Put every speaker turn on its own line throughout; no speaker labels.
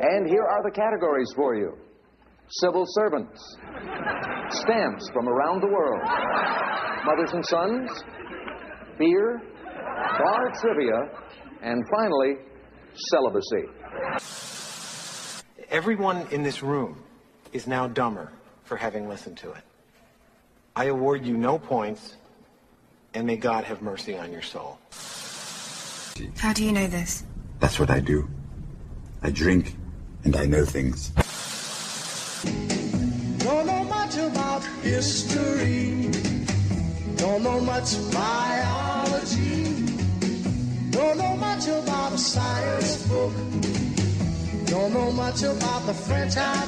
And here are the categories for you civil servants, stamps from around the world, mothers and sons, beer, bar trivia, and finally, celibacy.
Everyone in this room is now dumber for having listened to it. I award you no points, and may God have mercy on your soul.
How do you know this?
That's what I do. I drink, and I know things.
Don't know much about history. Don't know much biology. Don't know much about a science book. Don't know much about the French I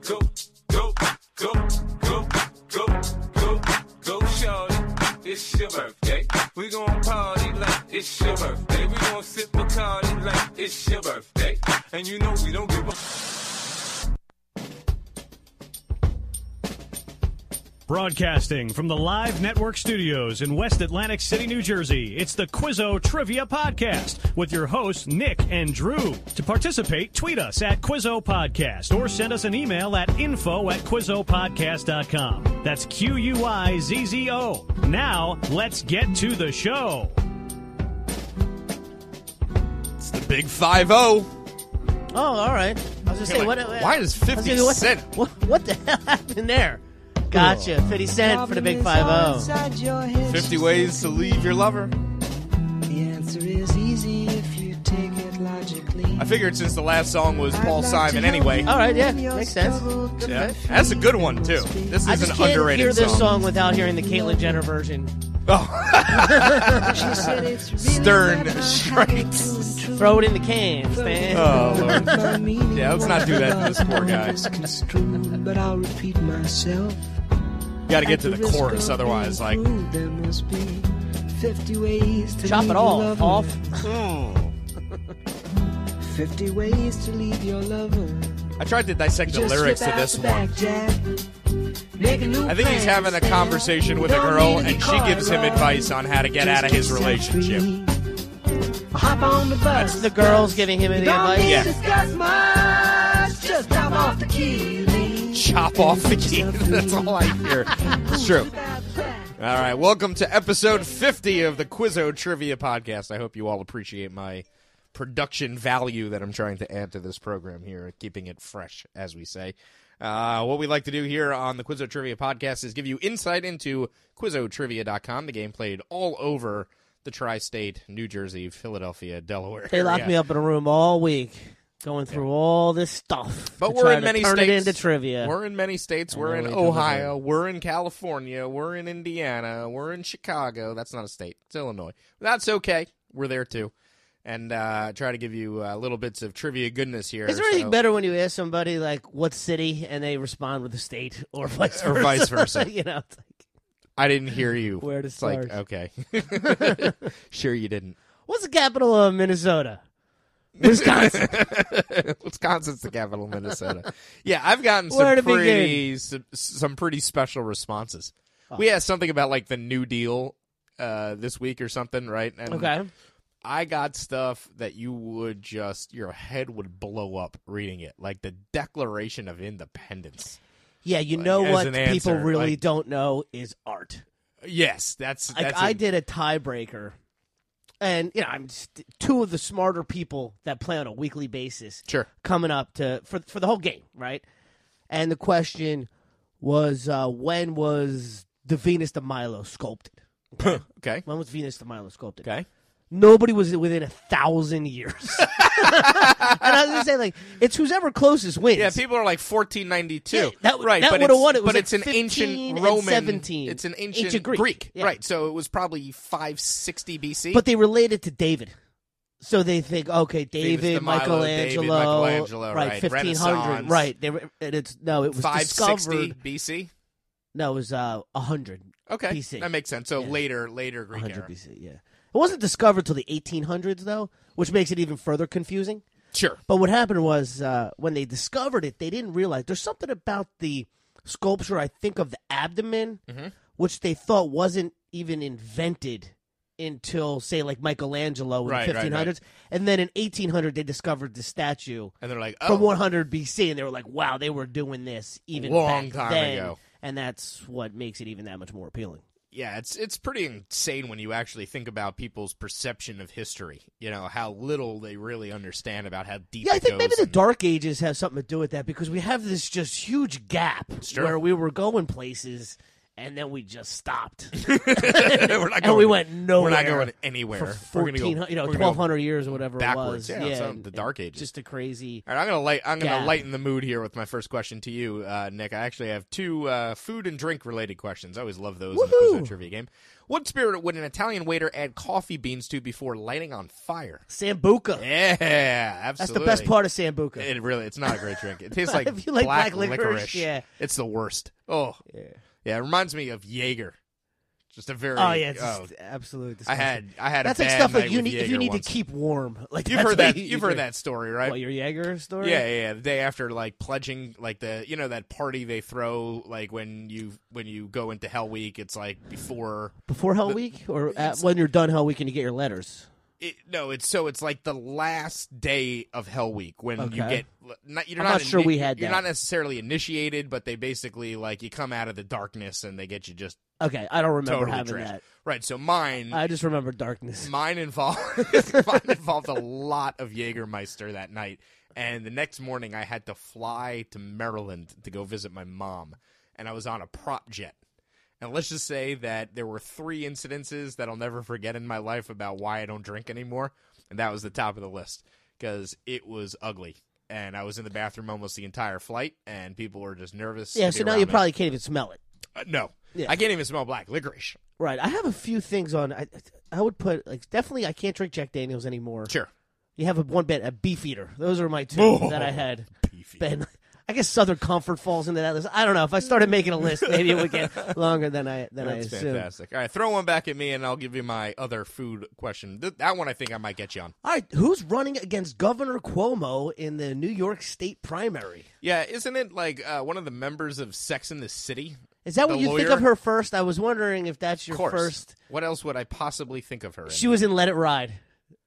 took.
Go, go, go, go, go, go, go, shawty. It's your birthday. We gon' party like it's your birthday. We gon' sip Bacardi like it's your birthday. And you know we don't give a...
Broadcasting from the Live Network studios in West Atlantic City, New Jersey, it's the Quizzo Trivia Podcast with your hosts, Nick and Drew. To participate, tweet us at Quizzo Podcast or send us an email at info at QuizzoPodcast.com. That's Q U I Z Z O. Now, let's get to the show.
It's the Big 5 0.
Oh, all right. I was just saying, what, uh,
why does 50
I was gonna say, what,
Cent.
What, what the hell happened there? Gotcha. 50 Cent for the Big oh. 5 0.
50 ways to leave your lover.
The answer is easy if you take it logically.
I figured since the last song was Paul Simon anyway.
All right, yeah, makes sense. Good
Yeah.
pick.
That's a good one, too. This is
I just
an
can't
underrated
hear this
song.
song. without hearing the Caitlyn Jenner version.
Stern strikes.
Throw it in the can, Stan.
Oh, Lord. Yeah, let's not do that to this poor guy.
but I'll repeat myself.
Gotta get to the chorus, otherwise, like.
There must be 50 ways to
Chop
leave
it
your
all
lover.
off.
50 ways to leave your lover.
I tried to dissect the
Just
lyrics to
whip out
this
the
one.
backjack. Make a new
I think he's
plan,
having a
Stan.
conversation with a
Don't
girl,
need to be
and she gives him
coy,
advice on how to get
Just
out of his
yourself
relationship.
free. Hop on the bus.
That's the girls giving him any
Don't
advice.
need
Yeah.
to discuss much. Just hop off the key.
Chop off the key. That's all I hear. It's true. All right, welcome to episode 50 of the Quizzo Trivia Podcast. I hope you all appreciate my production value that I'm trying to add to this program here, keeping it fresh, as we say. Uh, what we like to do here on the Quizzo Trivia Podcast is give you insight into QuizzoTrivia.com, the game played all over the tri state, New Jersey, Philadelphia, Delaware.
They locked
area.
me up in a room all week, going through all this stuff.
But
to
we're
try
in
to
many
turn
states.
it into trivia.
We're in many states. We're
know
in
we don't
Ohio.
agree.
We're in California. We're in Indiana. We're in Chicago. That's not a state. It's Illinois. But that's okay. We're there too. And uh, try to give you uh, little bits of trivia goodness here.
Is there anything
so-
better when you ask somebody like what city and they respond with the state or vice
Or
versa?
vice versa.
you know, it's like,
I didn't hear you.
Where to
it's
start?
like okay. sure you didn't.
what's the capital of Minnesota? Wisconsin.
Wisconsin's the capital of Minnesota. Yeah, I've gotten
Where
some
to begin?
pretty some, some pretty special responses. We asked something about like the New Deal uh, this week or something, right? And
okay.
I got stuff that you would just your head would blow up reading it, like the Declaration of Independence.
Yeah, you know
as
what
an
people
answer,
really
like-
don't know is art.
Yes, that's
Like
that's
I
a-
did a tiebreaker, and you know I'm just, two of the smarter people that play on a weekly basis.
Sure.
coming up to for for the whole game, right? And the question was, uh, when was the Venus de Milo sculpted?
okay.
When was Venus de Milo sculpted?
Okay.
Nobody was within a thousand years. and I was gonna say, like, it's who's ever closest wins.
Yeah, people are like 1492.
Yeah, that w-
right,
that
but
would've
it's-
won. It was
but
like
it's an
15
ancient
and
Roman.
17.
It's an ancient,
Ancient Greek, yeah.
right? So it was probably 560 BC.
but they relate it to David. So they think, okay, David,
de Milo,
Michelangelo,
David, Michelangelo, right,
fifteen
Renaissance.
hundred, right? They were, and it's no, it was
560
discovered.
BC.
No, it was uh, hundred.
Okay,
BC.
that makes sense. So
Yeah.
later, later Greek era.
hundred BC. Yeah, it wasn't discovered till the eighteen hundreds though, which makes it even further confusing.
Sure.
But what happened was uh, when they discovered it, they didn't realize there's something about the Mm-hmm. sculpture. I think of the abdomen, which they thought wasn't even invented
until say like Michelangelo in
Right,
the
right, right.
1500s, and then in 1800 they discovered the statue
And they're like,
from
oh,
100 BC, and they were like, "Wow, they were doing this even
Long
back
time
then,"
ago.
and that's what makes it even that much more appealing.
yeah, it's it's pretty insane when you actually think about people's perception of history. You know how little they really understand about how deep.
Yeah, I
it
think maybe
goes
the
and-
Dark Ages have something to do with that because we have this just huge gap
Sure.
where we were going places and then we just stopped.
we're not
and we went
We're
nowhere.
not going anywhere.
For
We're gonna go-
1400, you know,
we're gonna go-
1200 years or whatever
backwards.
it
Yeah,
was.
it's on
and-
the Dark
and
Ages.
Just a crazy.
All right, I'm gonna light. I'm gonna
Yeah.
lighten the mood here with my first question to you, uh, Nick. I actually have two uh, food and drink related questions. I always love those in the Quizzo
Woohoo!
trivia game. What spirit would an Italian waiter add coffee beans to before lighting on fire?
Sambuca.
Yeah,
That's
absolutely.
the best part of Sambuca.
It really, it's not a great drink. It tastes like,
If you like
black,
black licorice, yeah.
it's the worst. Oh, yeah, it reminds me of Jaeger. Just a very.
oh, yeah. It's
oh,
just absolutely
I
disgusting.
had I had
That's
a
like
bad
stuff like
night
you
with
need if
Jaeger
you need
once.
to keep warm. Like
You've
that's
heard
what
that.
you-
You've heard that story, right?
What your Jaeger story?
Yeah, yeah, yeah. The day after, like pledging, like the you know that party they throw, like when you when you go into Hell Week, it's like before.
Before Hell Week, or at, when you're done Hell Week and you get your letters.
It, no, it's so it's like the last day of Hell Week when you
Okay.
get. Not, you're
I'm not sure we had
You're
that.
not necessarily initiated, but they basically like you come out of the darkness and they get you just
Okay, I don't remember
totally
having
trashed.
that.
Right. So mine.
I just remember darkness.
Mine involved mine involved a lot of Jägermeister that night, and the next morning I had to fly to Maryland to go visit my mom, and I was on a prop jet. And let's just say that there were three incidences that I'll never forget in my life about why I don't drink anymore, and that was the top of the list because it was ugly, and I was in the bathroom almost the entire flight, and people were just nervous. to
Yeah,
be
so now
around
you
me.
probably can't even smell it.
Uh, no.
Yeah.
I can't even smell black licorice.
Right. I have a few things on. I I would put like definitely I can't drink Jack Daniels anymore.
Sure. Oh,
You have a one bit a beef eater. Those are my two that I had.
Beefy.
Been. I guess Southern Comfort falls into that list. I don't know. If I started making a list, maybe it would get longer than I than I
That's
assumed.
fantastic. All right, throw one back at me, and I'll give you my other food question. Th- that one I think I might get you on.
All right, who's running against Governor Cuomo in the New York State primary?
Yeah, isn't it like uh, one of the members of Sex in the City?
Is that
The
what you think
lawyer?
of her first? I was wondering if that's your
Of course.
first.
What else would I possibly think of her? in?
She was in Let It Ride,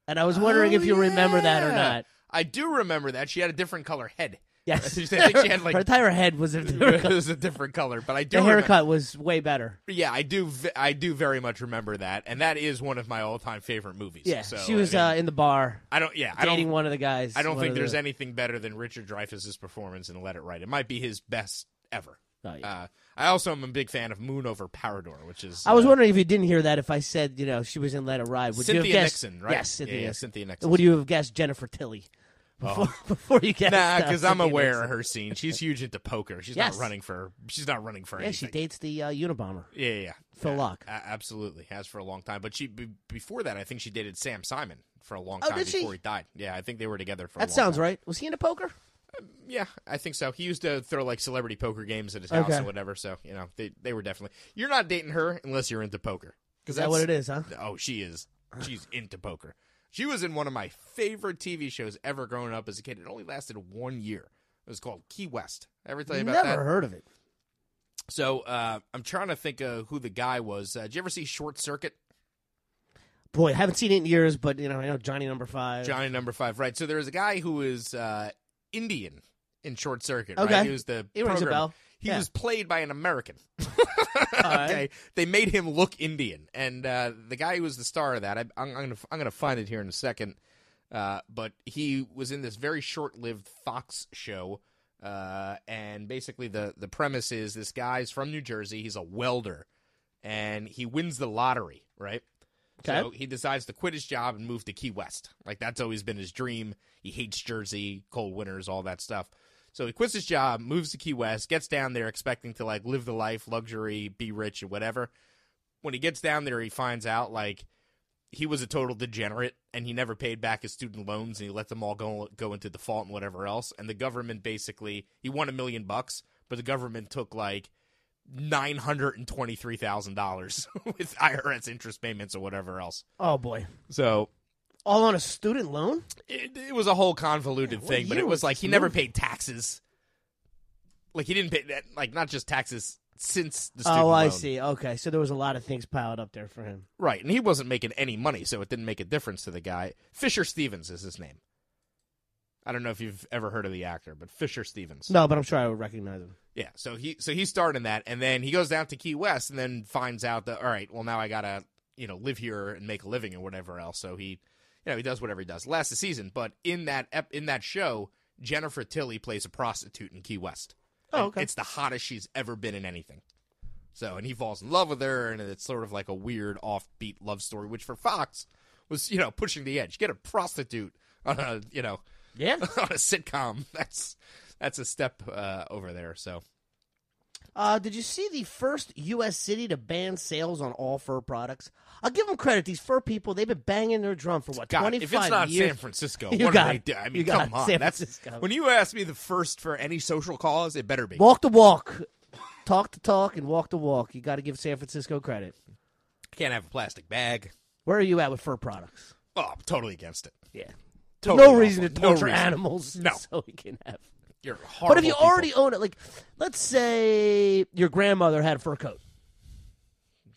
and I was wondering if you remember that or
Oh, Yeah.
not.
I do remember that she had a different color head.
Yes,
I think she had
her
like
entire head was a
it
haircut.
was a different color, but I do
The
remember-
haircut was way better.
Yeah, I do. v- I do very much remember that, and that is one of my all-time favorite movies.
Yeah,
so,
she was
I, mean,
uh, in the bar
I don't. Yeah, I
dating
don't.
one of the guys.
I don't
one
think
of the-
there's anything better than Richard Dreyfuss's performance in Let It Ride. It might be his best ever.
Oh, yeah.
uh, I also am a big fan of Moon over Parador, which is
I was
uh,
wondering if you didn't hear that. If I said you know she was in Let It Ride, would you
Cynthia
have guessed?
Nixon, right?
Yes, Cynthia.
yeah, yeah,
Nixon.
Cynthia Nixon. Oh.
Would you have guessed Jennifer Tilly before, before you guessed?
Nah,
uh,
because I'm
Cynthia
aware
Nixon?
of her scene. She's huge into poker. She's
Yes.
not running for. She's not running for
Yeah, she
anything.
dates the uh, Unabomber.
Yeah, yeah, yeah.
Phil
Yeah,
Locke.
a- absolutely has for a long time. But she be- before that, I think she dated Sam Simon for a long
Oh,
time
did she?
before he died. Yeah, I think they were together for. a
That
long
sounds
time.
right. Was he into poker?
Yeah, I think so. He used to throw like celebrity poker games at his house
Okay.
or whatever. So you know, they they were definitely. You're not dating her unless you're into poker.
Is that what it is, huh?
Oh, she is. She's into poker. She was in one of my favorite TV shows ever growing up as a kid. It only lasted one year. It was called Key West. Ever tell you about
Never
that?
heard of it.
So uh, I'm trying to think of who the guy was. Uh, did you ever see Short Circuit?
Boy, haven't seen it in years, but you know, I know Johnny Number Five.
Johnny Number Five, right? So there was a guy who was uh, Indian in Short Circuit. Right?
Okay.
He was the
It rings a
programmer.
bell.
He
Yeah.
was played by an American.
right.
okay, they made him look Indian, and uh, the guy who was the star of that, I, I'm, I'm gonna I'm gonna find it here in a second. Uh, but he was in this very short-lived Fox show, uh, and basically the the premise is this guy's from New Jersey. He's a welder, and he wins the lottery, right?
Okay.
So he decides to quit his job and move to Key West. Like that's always been his dream. He hates Jersey, cold winters, all that stuff. So he quits his job, moves to Key West, gets down there expecting to like live the life, luxury, be rich and whatever. When he gets down there, he finds out like he was a total degenerate and he never paid back his student loans and he let them all go go into default and whatever else. And the government basically he won a million bucks, but the government took like nine hundred and twenty three thousand dollars with IRS interest payments or whatever else.
Oh boy,
So
all on a student loan.
it, it was a whole convoluted
what
thing, but
year
it
was
was like
this
he never
movie?
paid taxes. Like he didn't pay that, like not just taxes
since the student
Oh, I
loan.
see. Okay, so there was a lot of things piled up there for him.
Right, and he wasn't making any money, so it didn't make a difference to the guy. Fisher Stevens is his name. I don't know if you've ever heard of the actor, but Fisher Stevens.
No, but I'm sure I would recognize him.
Yeah, so he so he starred in that, and then he goes down to Key West, and then finds out that all right, well now I gotta you know live here and make a living or whatever else. So he, you know, he does whatever he does. Lasts the season, but in that ep- in that show, Jennifer Tilly plays a prostitute in Key West.
Oh,
And
okay.
It's the hottest she's ever been in anything. So and he falls in love with her, and it's sort of like a weird offbeat love story, which for Fox was you know pushing the edge. Get a prostitute on a you know
Yeah.
on a sitcom. That's that's a step uh, over there. So
Uh, did you see the first U.S. city to ban sales on all fur products? I'll give them credit. These fur people—they've been banging their drum for what
God,
twenty-five
if it's not
years.
San Francisco,
You
what
got
do they
it.
do? I mean,
You got
come
it.
on.
San
that's,
Francisco.
When you ask me the first for any social cause, it better be.
walk the walk, talk the talk, and walk the walk. You got to give San Francisco credit.
Can't have a plastic bag.
Where are you at with fur products?
Oh, I'm totally against it.
Yeah,
Totally
no reason to
awful. No
torture
reason.
animals.
No.
so we can have.
You're horrible.
But if you
people.
already own it, like let's say your grandmother had a fur coat,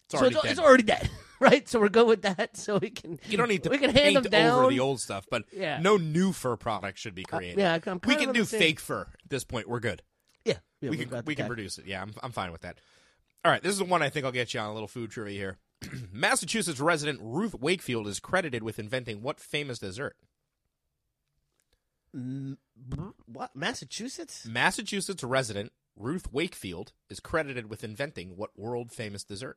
It's already
so it's,
dead.
it's already dead, right? So we're good with that. So we can
you don't need to
we can hand
paint
them down.
over the old stuff, but
Yeah. Uh,
no new fur product should be created.
yeah, I'm kind
we
of
can
on
do
the same-
fake fur at this point. We're good.
yeah,
we
yeah, we've
can
got
we
the
can
guy.
produce it. Yeah, I'm I'm fine with that. All right, this is the one I think I'll get you on a little food trivia here. Massachusetts resident Ruth Wakefield is credited with inventing what famous dessert?
What Massachusetts?
Massachusetts resident Ruth Wakefield is credited with inventing what world famous dessert?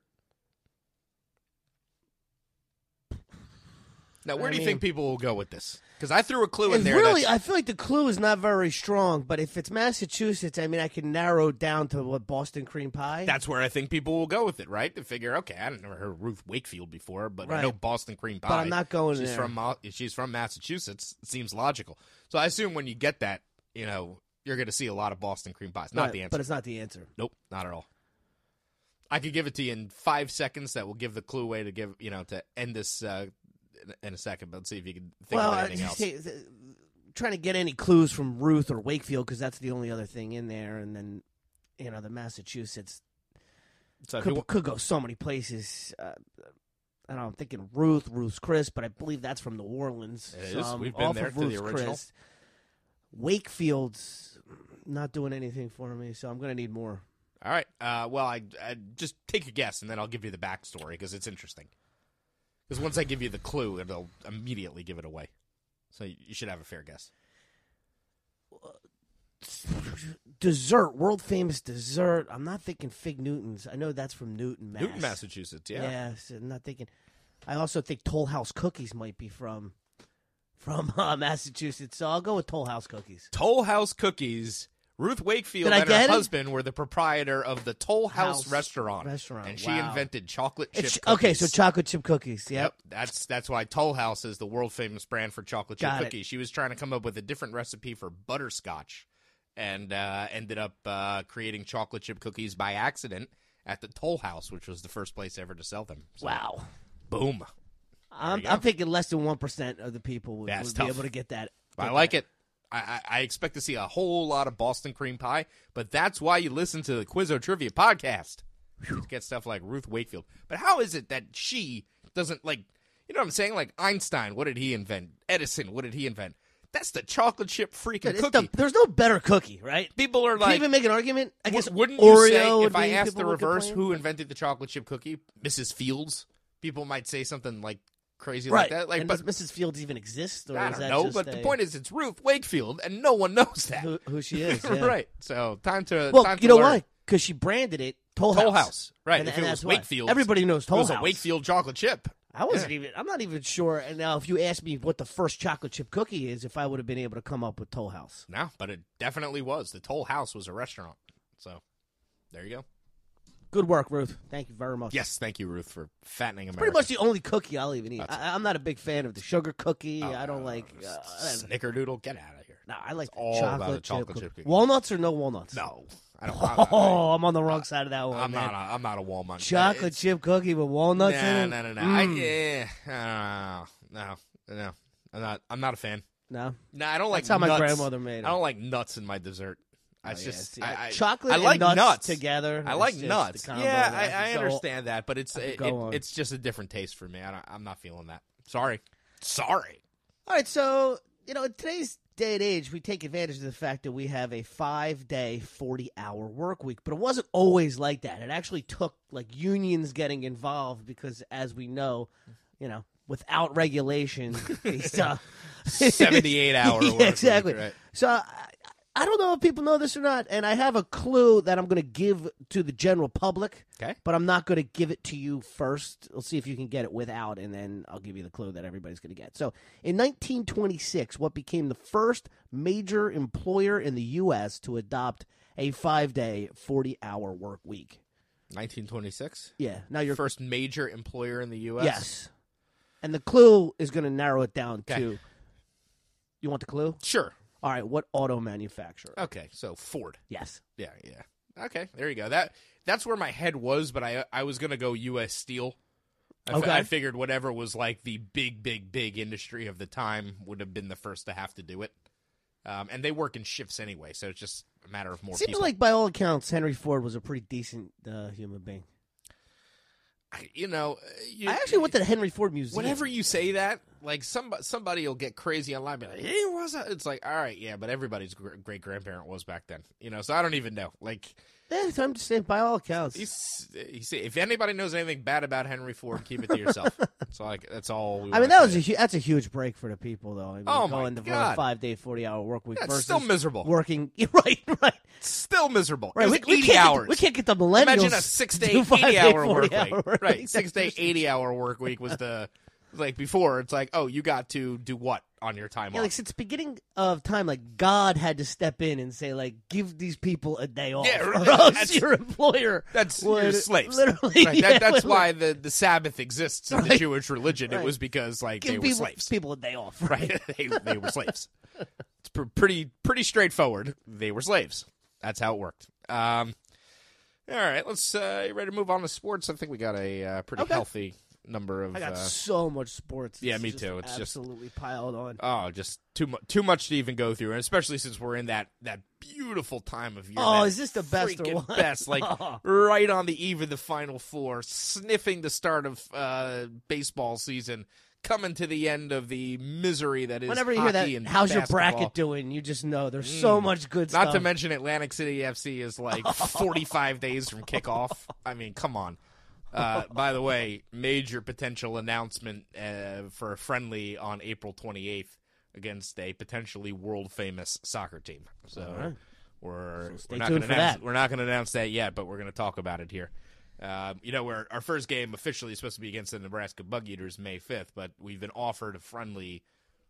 Now, where
I
do you
mean-
think people will go with this? Because I threw a clue in
It's
there.
really,
that's-
I feel like the clue is not very strong. But if it's Massachusetts, I mean, I can narrow it down to what Boston cream pie.
that's where I think people will go with it, right? To figure, okay, I never heard of Ruth Wakefield before, but I know
Right.
Boston cream pie.
But I'm not going
she's
there.
From, Ma- she's from Massachusetts. It seems logical. So I assume when you get that, you know, you're going to see a lot of Boston cream pies. Not
Right,
the answer.
But it's not the answer.
Nope, not at all. I could give it to you in five seconds. That will give the clue away to give you know to end this uh, in- in a second. But let's see if you can think
well,
of
I
anything else.
just say- th- trying to get any clues from Ruth or Wakefield because that's the only other thing in there, and then you know the Massachusetts
So if you
could,
wa-
could go so many places. Uh, I don't know, I'm thinking Ruth, Ruth's Chris, but I believe that's from New Orleans.
It
so
is.
I'm
We've been
off
there
of
to the
Ruth's
original.
Chris. Wakefield's not doing anything for me, so I'm going to need more.
all right. Uh, well, I, I just take a guess, and then I'll give you the backstory because it's interesting. Because once I give you the clue, it'll immediately give it away. So you you should have a fair guess.
Dessert, world famous dessert. I'm not thinking Fig Newtons. I know that's from Newton, Mass.
Newton, Massachusetts. Yeah.
Yes, I'm not thinking. I also think Toll House cookies might be from from uh, Massachusetts, so I'll go with Toll House cookies.
Toll House Cookies. Ruth Wakefield
Did I
and her
get it?
husband were the proprietor of the Toll House,
House
restaurant,
restaurant,
and she
wow.
invented chocolate chip.
It's- okay, so
cookies.
chocolate chip cookies. Yep.
Yep. That's that's why Toll House is the world famous brand for chocolate chip
Got it.
cookies. She was trying to come up with a different recipe for butterscotch and uh, ended up uh, creating chocolate chip cookies by accident at the Toll House, which was the first place ever to sell them. So,
Wow.
Boom.
I'm, I'm thinking less than one percent of the people would,
That's
would
tough.
be able to get that.
I like it. I, I I expect to see a whole lot of Boston cream pie, but that's why you listen to the Quizzo Trivia podcast. To get stuff like Ruth Wakefield. But how is it that she doesn't like you know what I'm saying? Like Einstein, what did he invent? Edison, what did he invent? That's the chocolate chip freaking
It's
cookie.
the- there's no better cookie, right?
People are
Can you
like
even make an argument? I
"W-
guess
wouldn't
Oreo
you say
would
if I
be
asked
people
the
would
reverse
complain?
who invented the chocolate chip cookie? Mrs. Fields? People might say something like crazy
right?
like that. Like
and
but
does Mrs. Fields even exist? Or
I
is
don't
that
know,
just
but the
a-
point is, it's Ruth Wakefield, and no one knows that.
who, who she is, yeah.
right. So time to
Well,
time to
you know
learn.
why? Because she branded it Toll House.
Toll House, right?
And,
if
and
it
that's
was
why.
Wakefield,
Everybody knows Toll
it was
House.
a Wakefield chocolate chip.
I wasn't even. I'm not even sure. And now, if you asked me what the first chocolate chip cookie is, if I would have been able to come up with Toll House,
No, but it definitely was. The Toll House was a restaurant. So there you go.
good work, Ruth. Thank you very much.
Yes, thank you, Ruth, for fattening America.
Pretty much the only cookie I'll even eat. I, I'm not a big fan of the sugar cookie.
Oh,
I don't like. Uh, I-
snickerdoodle. Get out of here.
no, I like the
all about
chocolate,
the chocolate chip
chip, cookie.
cookie.
Walnuts or no walnuts?
No, I don't.
Oh, I'm on the wrong side of that one.
I, am
man.
not. A, I'm not a Walmart.
chocolate
It's-
chip cookie with walnuts
No,
in it. Mm.
no, no, no. I, yeah, I don't know. no, no. I'm not. I'm not a fan.
No.
No, I don't like.
That's how my
nuts.
grandmother made 'em.
I don't like nuts in my dessert. That's
yeah,
just
see,
I, I,
chocolate
I
and
like
nuts together,
together. I
it's
like
just the
nuts.
combo
Yeah,
that I
I, I
could go-
understand that, but it's
I could
it,
go
it-
on.
it's just a different taste for me. I don't, I'm not feeling that. Sorry, sorry.
All right, so you know, in today's day and age, we take advantage of the fact that we have a five-day, forty-hour work week. But it wasn't always like that. It actually took like unions getting involved because, as we know, you know, without regulation, it's, uh,
78 hour
Yeah,
work week,
exactly.
right.
So. I, I don't know if people know this or not, and I have a clue that I'm going to give to the general public.
Okay.
But I'm not going to give it to you first. We'll see if you can get it without, and then I'll give you the clue that everybody's going to get. So, in 1926, what became the first major employer in the U.S. to adopt a five day, 40 hour work week?
1926.
Yeah. Now you're.
First major employer in the U.S.
yes. And the clue is going to narrow it down
Okay.
to. You want the clue?
Sure.
All right. What auto manufacturer?
Okay. So Ford.
Yes.
Yeah. Yeah. Okay. There you go. That that's where my head was, but I I was gonna go U.S. Steel. I fi-
Okay.
I figured whatever was like the big, big, big industry of the time would have been the first to have to do it. Um, and they work in shifts anyway, so it's just a matter of more.
Seems
people.
like, by all accounts, Henry Ford was a pretty decent uh, human being.
I- you know. uh, You,
I actually went to the Henry Ford Museum.
Whenever you say that, like somebody somebody will get crazy online, be like, "He was," a-" it's like, all right, yeah, but everybody's great grandparent was back then, you know. So I don't even know. Like,
Yeah, so I'm just saying, by all accounts.
he's, he's if anybody knows anything bad about Henry Ford, keep it to yourself. that's all. I, c- that's all. We
I mean,
wanna
that was a
say.
hu- that's a huge break for the people, though. I mean,
Oh, my
going to
God.
five day, forty hour work week
Yeah, it's
versus
still miserable.
working. right, right,
still miserable.
right.
It was
We, we
80
can't
hours.
Get, we can't get the millennials.
Imagine a six
to
day,
do
eighty
five-day,
hour work
40-hour
week. Right,
weeks.
six day, eighty hour work week was the like before. It's like, oh, you got to do what on your time
Yeah,
off?
like since the beginning of time, like God had to step in and say, like, give these people a day off,
Yeah,
or
right.
else
That's-
your employer
That's
would
your slaves.
Literally,
right?
yeah,
that, that's
literally
why the, the Sabbath exists in the
Right.
Jewish religion. It
Right.
was because like
give
they were
people,
slaves,
people a day off,
right? they, they were slaves. It's pr- pretty pretty straightforward. They were slaves. That's how it worked. Um, all right, let's uh, you ready to move on to sports. I think we got a uh, pretty
Okay.
healthy number of.
I got
uh,
so much sports.
yeah,
It's
me
just
too. It's just-
absolutely piled on.
Oh, just too much, too much to even go through, and especially since we're in that that beautiful time of year.
Oh,
that
is this the best or
freaking
what?
Best, like
Oh.
right on the eve of the Final Four, sniffing the start of uh, baseball season, coming to the end of the misery that is.
Whenever you hear that,
hockey and
how's your
basketball. Mm.
bracket doing? You just know there's so much good
Not
stuff.
to mention Atlantic City FC is like 45 days from kickoff. I mean, come on. Uh, by the way, major potential announcement uh, for a friendly on April 28th against a potentially world famous soccer team. So we're, we're not going
tuned for
to announce
that.
we're not going to announce that yet, but we're going to talk about it here. Um, you know, we're, our first game officially is supposed to be against the Nebraska Bug Eaters May 5th, but we've been offered a friendly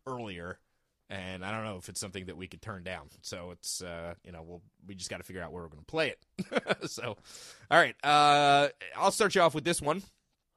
earlier, and I don't know if it's something that we could turn down. So it's uh, you know we'll we just got to figure out where we're going to play it. so, all right, uh, I'll start you off with this one.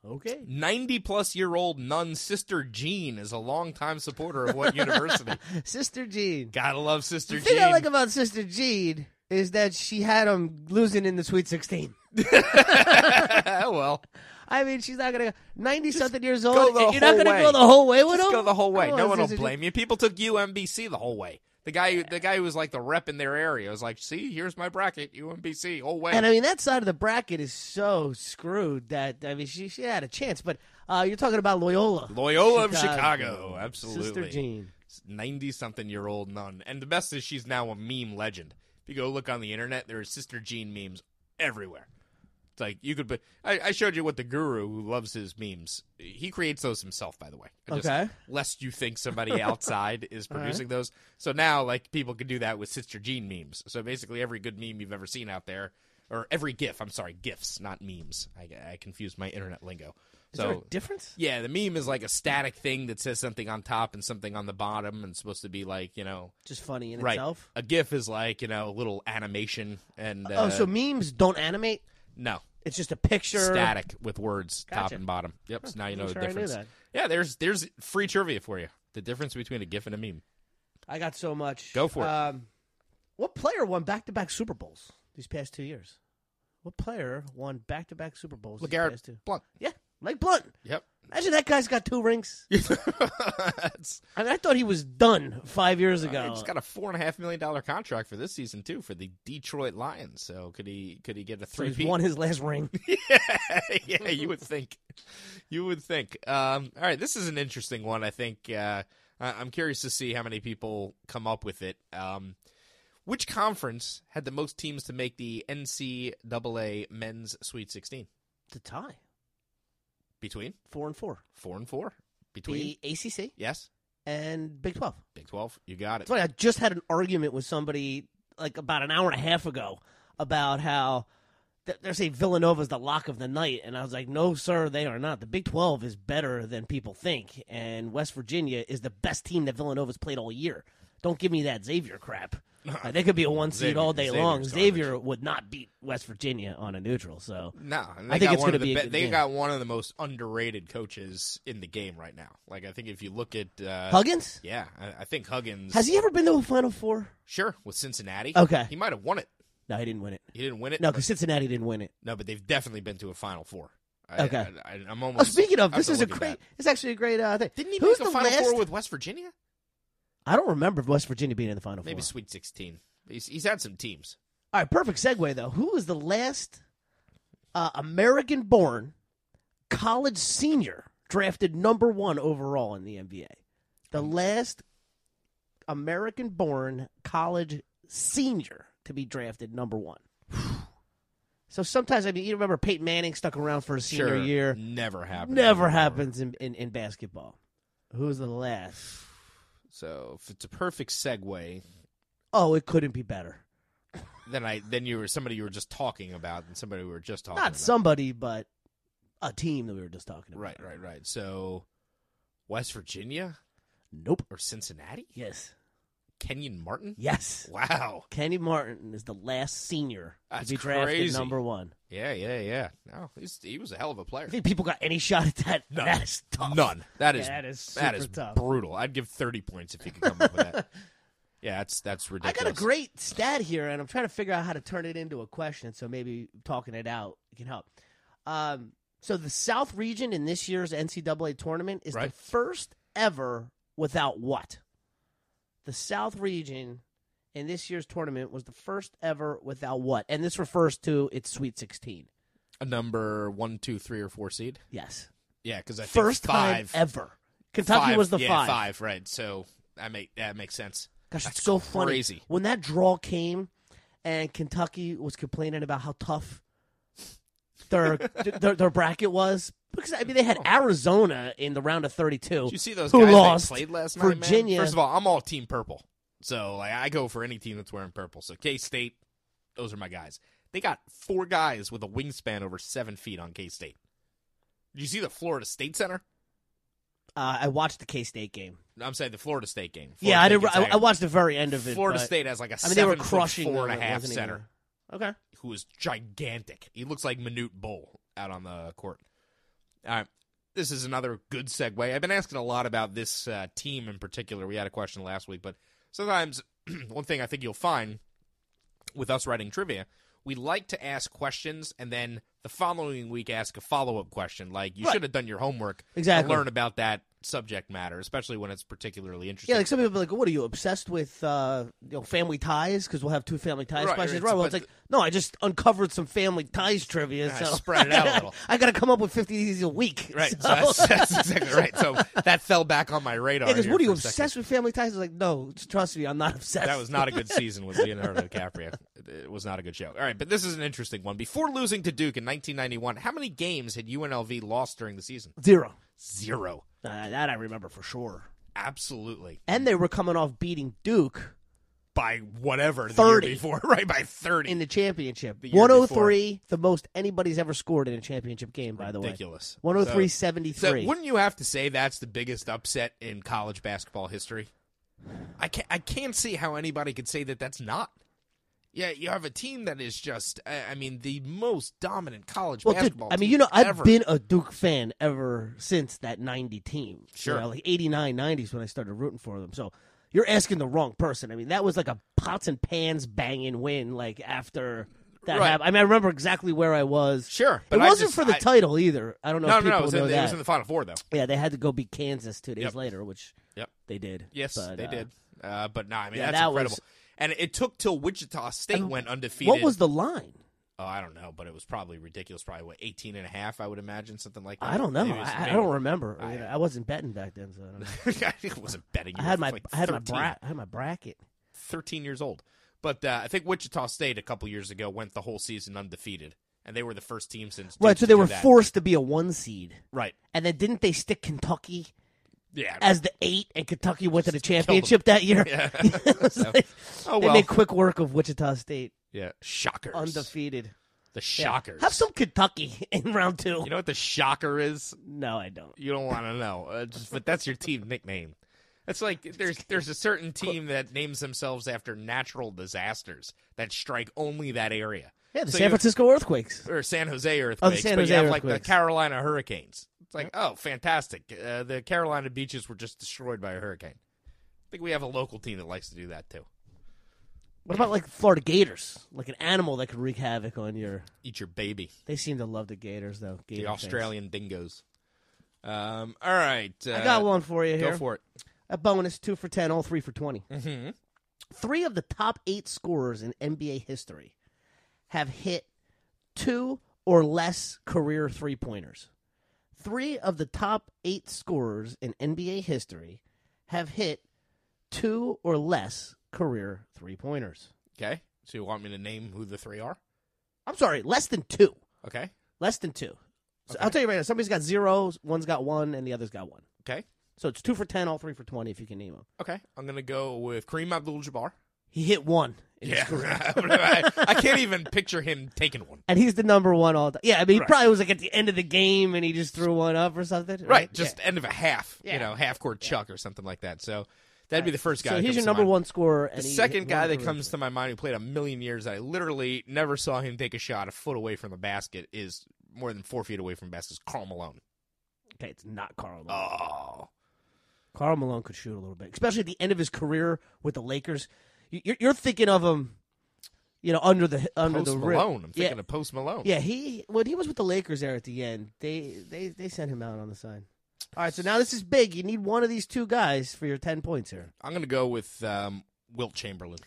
okay.
Ninety plus year old nun Sister Jean is a longtime supporter of what university?
Sister Jean.
Gotta love Sister
The thing I
Jean.
like about Sister Jean is that she had him losing in the Sweet 16.
well,
I mean, she's not going to 90 something years old.
go the
and you're not
whole
gonna
way.
go the whole way with
just
him?
go the whole way.
Come
No
on,
one will
Sister
blame you. People took UMBC the whole way. The guy, who, the guy who was like the rep in their area was like, "See, here's my bracket, UMBC, whole way."
Jean. And I mean, that side of the bracket is so screwed that, I mean, she, she had a chance. But uh, you're talking about Loyola.
Loyola of Chicago, absolutely.
Sister Jean.
90 something year old nun. And the best is she's now a meme legend. If you go look on the internet, there are Sister Jean memes everywhere. It's like you could, but I, I showed you what the guru who loves his memes. He creates those himself, by the way. I just-
Okay.
Lest you think somebody outside is producing those. So now, like, people can do that with Sister Jean memes. So basically, every good meme you've ever seen out there, or every GIF, I'm sorry, GIFs, not memes. I, I confuse my internet lingo.
Is
so
there a difference?
yeah, the meme is like a static thing that says something on top and something on the bottom, and it's supposed to be like you know,
Just funny in
right.
itself.
A GIF is like you know, a little animation, and uh,
oh, so memes don't animate?
no
It's just a picture.
static with words top
Gotcha.
and bottom. Yep, so now you know
wasn't
the
sure I knew
difference.
that.
Yeah, there's there's free trivia for you. The difference between a GIF and a meme.
I got so much.
Go for it.
Um, what player won back to back Super Bowls these past two years? What player won back to back Super Bowls? these
LeGarrette
past two?
Blunt.
Yeah, Mike Blunt.
Yep,
Imagine that guy's got two rings.
It's-
I mean, I thought he was done five years
Uh, He
ago.
just got a four and a half million dollar contract for this season too for the Detroit Lions. So could he could he get a
so
three?
he's won his last ring.
yeah, you would think. You would think. Um, all right, this is an interesting one. I think uh, I- I'm curious to see how many people come up with it. Um, which conference had the most teams to make the NCAA Men's Sweet 16?
to tie
Between
four and four.
four and four. Between
The ACC
yes,
and Big Twelve.
Big 12. You got it.
It's funny. I just had an argument with somebody like about an hour and a half ago about how th- they're saying Villanova's the lock of the night, and I was like, "No, sir, they are not. The Big Twelve is better than people think, and West Virginia is the best team that Villanova's played all year. Don't give me that Xavier crap. Like, they could be a one seed
Xavier-
all day
Xavier's
long.
garbage.
Xavier would not beat West Virginia on a neutral. So
No, and
I
they
think
got
it's
one
gonna
of the
be a
be-
good
they
game.
got one of the most underrated coaches in the game right now. Like I think if you look at uh,
Huggins
yeah, I, I think Huggins
has he ever been to a Final Four?
Sure, with Cincinnati.
Okay.
He might have won it.
No, he didn't win it.
He didn't win it.
No,
but-
because Cincinnati didn't win it.
no, but they've definitely been to a Final Four. I,
Okay.
I, I, am almost.
Oh, speaking of,
I have
this
to
is a
look at
great.
that.
It's actually a great uh, thing.
Didn't he
Who's
make
the
a Final
last?
Four with West Virginia?
I don't remember West Virginia being in the Final
Maybe
Four.
Sweet 16. He's, he's had some teams.
All right, perfect segue though. Who was the last uh, American-born college senior drafted number one overall in the NBA? The
Hmm.
last American-born college senior to be drafted number one. So sometimes I mean, you remember Peyton Manning stuck around for a senior
sure.
year.
Never happened.
Never
anymore.
happens in, in, in basketball. Who was the last?
So if it's a perfect segue,
Oh, it couldn't be better.
then I then you were somebody you were just talking about, and somebody we were just talking
Not
about.
somebody, but a team that we were just talking about.
Right, right, right. So West Virginia
Nope.
or Cincinnati?
Yes.
Kenyon Martin?
Yes.
Wow.
Kenny Martin is the last senior
That's
to be drafted
crazy.
number one.
Yeah, yeah, yeah. No, he's, he was a hell of a player.
I think people got any shot at that.
None.
That is tough.
None. That is
Oh, That is
that
super
is
tough.
brutal. I'd give thirty points if you could come up with that. Yeah, that's that's
I
ridiculous.
got a great stat here, and I'm trying to figure out how to turn it into a question. So maybe talking it out can help. Um, so the South region in this year's NCAA tournament is
Right.
the first ever without what? The South region in this year's tournament was the first ever without what? And this refers to its Sweet 16.
a number one, two, three, or four seed.
Yes,
Yeah, because I think
first
five
time ever. Kentucky was the
yeah,
five.
Five, right? So that make that makes sense.
Gosh,
That's
it's so funny.
crazy.
When that draw came and Kentucky was complaining about how tough their their, their bracket was, because I mean they had Arizona in the round of 32.
Did you see those
who
guys
lost
that played last night? man?
Virginia.
First of all, I'm all team purple, so like I go for any team that's wearing purple. So K State, those are my guys. They got four guys with a wingspan over seven feet on K State. Did you see the Florida State Center?
uh, I watched the K State game.
I'm saying the Florida State game.
yeah,
Florida
I didn't.
State
I,
Gonzaga.
I watched the very end of it.
Florida
but-
State has like a
I mean, they were
seven foot
crushing
four and
them,
a
it
half
wasn't
center
even- Okay.
who is gigantic. He looks like Manute Bull out on the court. All right. This is another good segue. I've been asking a lot about this uh, team in particular. We had a question last week, but sometimes one thing I think you'll find with us writing trivia, we like to ask questions and then the following week ask a follow up question. Like you
Right.
should have done your homework
Exactly.
and learn about that subject matter, especially when it's particularly interesting.
Yeah, like some people be like, "What are you obsessed with? Uh, you know, family ties?" Because we'll have two family ties
Right,
questions.
it's-
Right? Well, it's
but-
like, no, I just uncovered some family ties trivia.
Yeah,
so
spread it out a little.
I got to come up with fifty of these a week.
Right. So
So.
that's, that's exactly right. So that fell back on my radar.
Yeah, because
here
what are you
for a second.
obsessed with family ties? I was like, no, trust me, I'm not obsessed.
That was not a good season with Leonardo DiCaprio. It- It was not a good show. All right, but this is an interesting one. Before losing to Duke in 1991, how many games had UNLV lost during the season?
zero.
Zero.
Uh, that I remember for sure.
Absolutely.
And they were coming off beating Duke
By whatever the
30.
year before, right? By 30.
in the championship.
The year
103, the most anybody's ever scored in a championship game. By the way,
Ridiculous.
103
so
73.
wouldn't you have to say that's the biggest upset in college basketball history? I can't, I can't see how anybody could say that that's not. Yeah, you have a team that is just, I I mean, the most dominant college
Well, dude,
basketball
I mean,
team
you know, I've
ever.
been a Duke fan ever since that 90 team. You
Sure.
know, like 89, 90s when I started rooting for them. So you're asking the wrong person. I mean, that was like a pots and pans banging win, like after that
Right.
happened. I mean, I remember exactly where I was.
Sure, but
it
I
wasn't
just-
for the
I-
title either. I don't know.
No,
if
no, no.
people
It was,
know
in, the-
that.
it was in the final four, though.
yeah, they had to go beat Kansas two days
Yep.
later, which
Yep.
they did.
Yes,
But,
they
uh,
did. Uh, but no, I mean
yeah,
that's
that
incredible.
was-
and it took till Wichita State went undefeated.
What was the line?
Oh, I don't know, but it was probably ridiculous. Probably what 18 and a half, I would imagine, something like that.
I don't know.
Maybe it was-
I, I
maybe-
don't remember. I, I wasn't betting back then, so I don't know.
I wasn't betting. You
I had
were
my
like
I had my
13.
bra- I had my bracket.
13 years old. But uh, I think Wichita State a couple years ago went the whole season undefeated, and they were the first team since Duke
Right, so
to
they
do
were
that.
forced to be a one seed,
Right.
and then didn't they stick Kentucky
Yeah.
as the eight, and Kentucky went to the championship that year?
Yeah.
It was
So,
like-
oh
They
well.
made quick work of Wichita State,
yeah. Shockers.
undefeated.
the
Yeah.
shockers.
Have some Kentucky in round two.
You know what the shocker is?
no, I don't.
You don't want to know, uh, just- but that's your team nickname. That's like there's there's a certain team that names themselves after natural disasters that strike only that area.
Yeah, the
So
San
you-
Francisco earthquakes.
or San Jose earthquakes,
Oh, San
but
Jose
you have like the
earthquakes.
Carolina hurricanes. It's like, oh, fantastic! Uh, the Carolina beaches were just destroyed by a hurricane. I think we have a local team that likes to do that too.
What about like Florida Gators, like an animal that could wreak havoc on your?
Eat your baby,
They seem to love the Gators though. Gator
the
fans.
Australian dingoes. Um, all right, uh,
I got one for you
Go
here.
for it.
A bonus two for ten, all three for 20 Mm-hmm. Three of the top eight scorers in NBA history have hit two or less career three pointers. Three of the top eight scorers in NBA history have hit two or less career three pointers.
Okay, so you want me to name who the three are?
I'm sorry, less than two.
Okay,
Less than two. So I'll tell you right now, somebody's got zero, one's got one, and the other's got one.
okay,
So it's two for 10, all three for 20 if you can name them.
okay. I'm gonna go with Kareem Abdul-Jabbar.
He hit one. in his
Yeah,
career.
I, I can't even picture him taking one.
and he's the number one all time. Yeah, I mean, he
Right.
probably was like at the end of the game and he just threw one up or something. Right,
Right, just
Yeah.
end of a half, you
Yeah.
know, half court chuck or something like that. So that'd be the first guy.
So
that
he's
comes
your
to
number
mind.
one scorer.
The
And he
second
hit
guy
one
that
career
comes
three.
to my mind who played a million years that I literally never saw him take a shot a foot away from the basket is more than four feet away from the basket is Carl Malone.
Okay, it's not Carl Malone.
Oh.
Carl Malone could shoot a little bit, especially at the end of his career with the Lakers. You- You're, you're thinking of him, you know, under the under
Post
the rim.
Malone. I'm thinking
yeah.
of Post Malone.
Yeah, he when he was with the Lakers there at the end, they they they sent him out on the side. All right, so now this is big. You need one of these two guys for your ten points here.
I'm going to go with um, Wilt Chamberlain.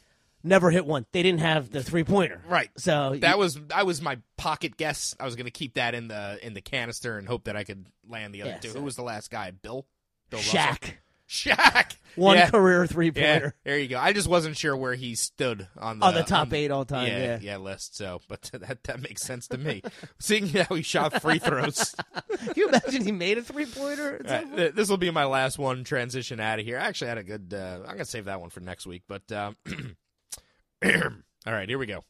Never hit one. They didn't have the three pointer.
Right.
So
That was I was my pocket guess. I was going to keep that in the in the canister and hope that I could land the other
Yeah,
two.
so-
Who was the last guy? Bill? Bill Russell?
Shaq.
Shaq.
One
Yeah.
career three
Yeah,
pointer.
there you go. I just wasn't sure where he stood on the
On the top
the-
eight all time,
yeah,
yeah.
list. So, but that that makes sense to me. Seeing how he shot free throws,
Can you imagine he made a three pointer?
All right, th- this will be my last one. Transition out of here. I actually had a good. Uh, I'm gonna save that one for next week. But um, all right, here we go.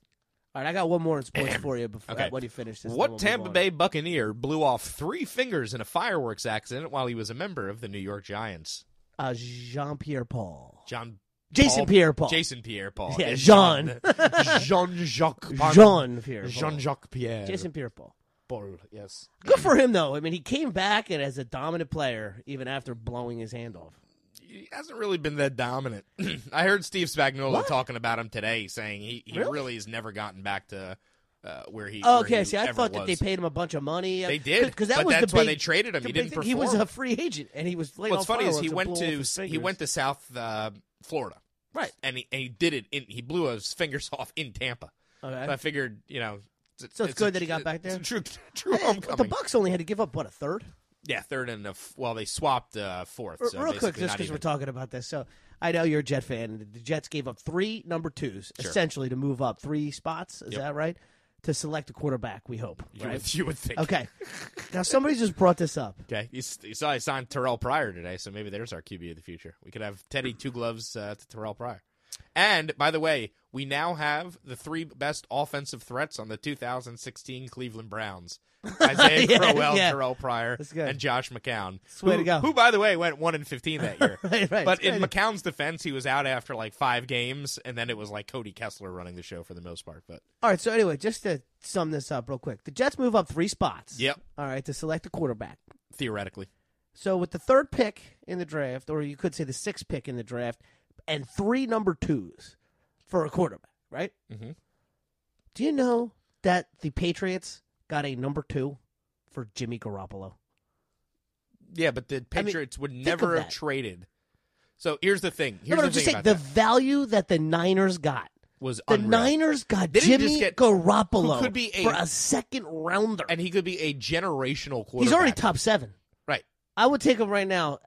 All right, I got one more in sports for you before
Okay.
when you finish this.
What Tampa Bay Buccaneer blew off three fingers in a fireworks accident while he was a member of the New York Giants?
Uh, Jean Pierre Paul.
John.
Jason Pierre-Paul.
Jason Pierre Paul.
Yeah, Jean.
Jean Jacques.
Jean Pierre.
Jean Jacques Pierre.
Jason Pierre Paul.
Paul. Yes.
Good for him though. I mean, he came back and as a dominant player, even after blowing his hand off.
he hasn't really been that dominant. I heard Steve Spagnuolo
What?
talking about him today, saying he, he really?
Really?
has never gotten back to uh, where he. where
okay,
he
see, I
ever
thought
was.
that they paid him a bunch of money.
They did,
because that
but
was
that's
the
why
big,
they traded him.
the
He
big
didn't
thing. He was
perform.
a free agent, and he was. laid
What's
off
funny is he went
fireworks and blew off
to
his
he
fingers.
went to South uh, Florida,
right.
and he, and he did it. In, he blew his fingers off in Tampa.
Okay.
So I figured, you know,
So it's
a-
good that he got back there?
It's a true, true
Hey,
homecoming.
the Bucks only had to give up what a third.
yeah, third and a f- well, they swapped uh, fourth.
R-
so
Real quick,
basically
just
not
because we're
even-
talking about this, so I know you're a Jet fan. and The Jets gave up three number twos essentially to move up three spots. Is that right? To select a quarterback, we hope.
you,
right?
would, you would think.
Okay. now somebody just brought this up.
Okay, you, s- you saw I signed Terrell Pryor today, so maybe there's our QB of the future. We could have Teddy Two Gloves uh, to Terrell Pryor. And by the way, we now have the three best offensive threats on the 2016 Cleveland Browns: Isaiah
Yeah,
Crowell,
yeah.
Terrell Pryor,
That's good.
and Josh McCown.
way
who,
to go.
who, by the way, went one and 15 that year.
Right, right,
But
it's
in
crazy.
McCown's defense, he was out after like five games, and then it was like Cody Kessler running the show for the most part. But
All right. So anyway, just to sum this up real quick, the Jets move up three spots.
Yep.
All right to select a quarterback.
theoretically,
So with the third pick in the draft, or you could say the sixth pick in the draft, and three number twos for a quarterback, right? Mm-hmm. Do you know that the Patriots got a number two for Jimmy Garoppolo?
Yeah, but the
mean,
Patriots would
think
never
of
have
that.
traded. So here's the thing.
No,
Here's
but
the
I'm just
thing
saying
about
the
that.
value that the Niners got.
was
The
unreal.
Niners got
They didn't just
Jimmy
get-
Garoppolo
who could be a-
for a second rounder.
and he could be a generational quarterback.
He's already top seven.
Right.
I would take him right now,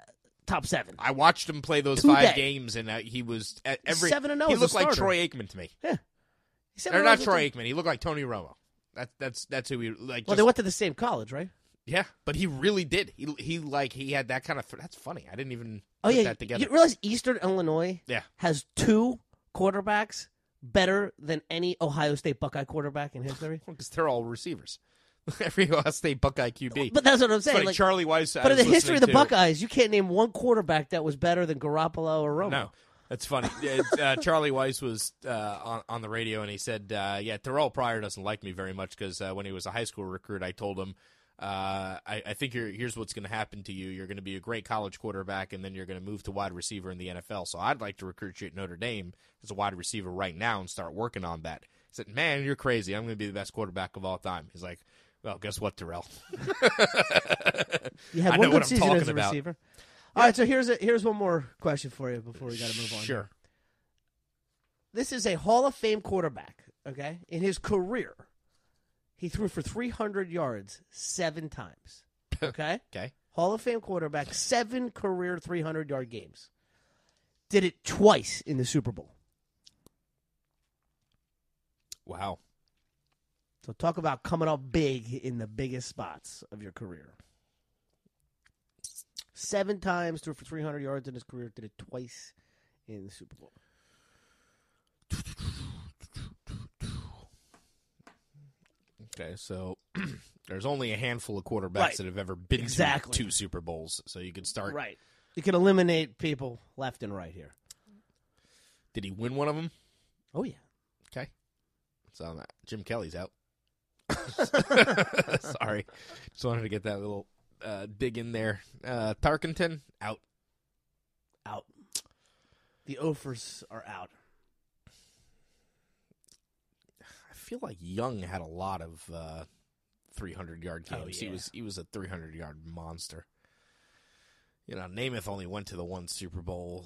top seven.
I watched him play those
Today.
five games, and uh, he was at every
Seven and oh
He
as a
looked like
starter.
Troy Aikman to me.
He's seven oh
Or not
rounds with
Troy
them.
Aikman. He looked like Tony Romo. That, that's that's who he like.
Well,
just-
they went to the same college, right?
yeah, but he really did. He he like he had that kind of. that's funny. I didn't even
Oh
put
yeah.
that together.
You realize Eastern Illinois
Yeah.
has two quarterbacks better than any Ohio State Buckeye quarterback in history.
because they're all receivers. Every Ohio State Buckeye QB.
but that's what I'm
It's
saying.
funny,
like-
Charlie Weiss. I
but in the
was
history of the
listening to-
Buckeyes, you can't name one quarterback that was better than Garoppolo or Romo.
No, that's funny. Yeah, it's, uh, Charlie Weiss was uh, on, on the radio and he said, uh, "Yeah, Terrell Pryor doesn't like me very much because uh, when he was a high school recruit, I told him." Uh, I, I think you're, here's what's going to happen to you. You're going to be a great college quarterback, and then you're going to move to wide receiver in the NFL. So I'd like to recruit you at Notre Dame as a wide receiver right now and start working on that. He said, "Man, you're crazy. I'm going to be the best quarterback of all time." He's like, "Well, guess what, Terrell?
You had
I know
one good
what I'm
season
talking
as a
about.
receiver. All right, so here's a, here's one more question for you before we got to move on.
sure,
This is a Hall of Fame quarterback. Okay, in his career, he threw for 300 yards seven times. Okay,
okay."
Hall of Fame quarterback, seven career 300 yard games. Did it twice in the Super Bowl.
Wow.
So talk about coming up big in the biggest spots of your career. Seven times threw for 300 yards in his career. Did it twice in the Super Bowl.
Okay, so there's only a handful of quarterbacks
Right.
that have ever been
Exactly.
to two Super Bowls. So you could start.
Right. You can eliminate people left and right here.
Did he win one of them?
Oh yeah.
Okay. So um, Jim Kelly's out. Sorry, just wanted to get that little uh, dig in there. Uh, Tarkenton out.
Out. The offers are out.
I feel like Young had a lot of uh, 300 yard games.
Oh,
He
yeah.
was he was a 300 yard monster. You know, Namath only went to the one Super Bowl.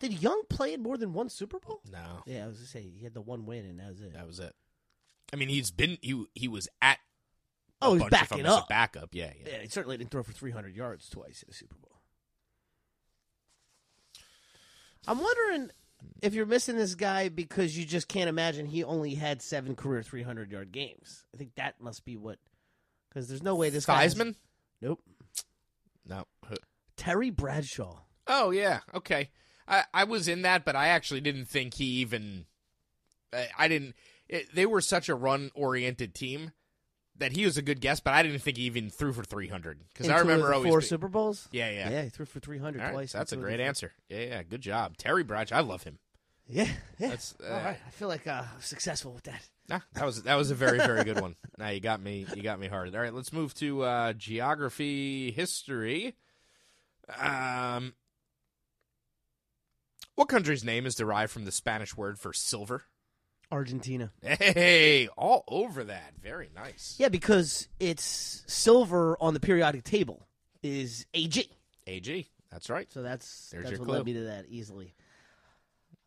Did Young play in more than one Super Bowl?
No,
Yeah, I was gonna say he had the one win and that was it.
that was it. I mean, he's been he he was at
Oh,
a
he's
bunch of
backing
them as a
up.
backup. Yeah, yeah.
Yeah, he certainly didn't throw for 300 yards twice in a Super Bowl. I'm wondering if you're missing this guy because you just can't imagine he only had seven career 300 yard games. I think that must be what, because there's no way this guy has-
Theismann?
nope.
No.
Terry Bradshaw.
Oh yeah. Okay. I I was in that, but I actually didn't think he even. I, I didn't. It, they were such a run oriented team that he was a good guess, but I didn't think he even threw for three hundred because
in
I
two of
remember
the
always.
four
be-
Super Bowls.
yeah, yeah.
Yeah, he threw for 300
All right,
twice. in
that's a
two of the
great
four-
answer. Yeah, yeah, good job, Terry Bradshaw. I love him.
Yeah, yeah.
That's-
All
uh,
right, I feel like uh, I'm successful with that.
Nah, that was that was a very very good one. Now you got me you got me hard. All right, let's move to uh, geography history. Um, what country's name is derived from the Spanish word for silver?
Argentina.
Hey, all over that. Very nice.
Yeah, because it's silver on the periodic table is AG.
AG, that's right.
So that's
There's
that's
your
what
clue.
led me to that easily.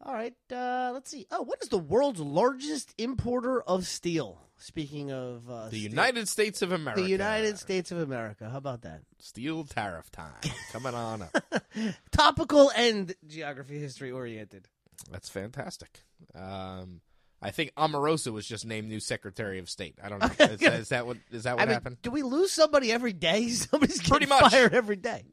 All right, uh, let's see. Oh, what is the world's largest importer of steel? Speaking of uh,
The
steel-
United States of America.
the United States of America. How about that?
Steel tariff time coming on up.
Topical and geography history oriented.
That's fantastic. Um, I think Omarosa was just named new Secretary of State. I don't know. Is, that- is that what is that
I
what
mean,
happened?
do we lose somebody every day? Somebody's getting
Pretty much.
fired every day.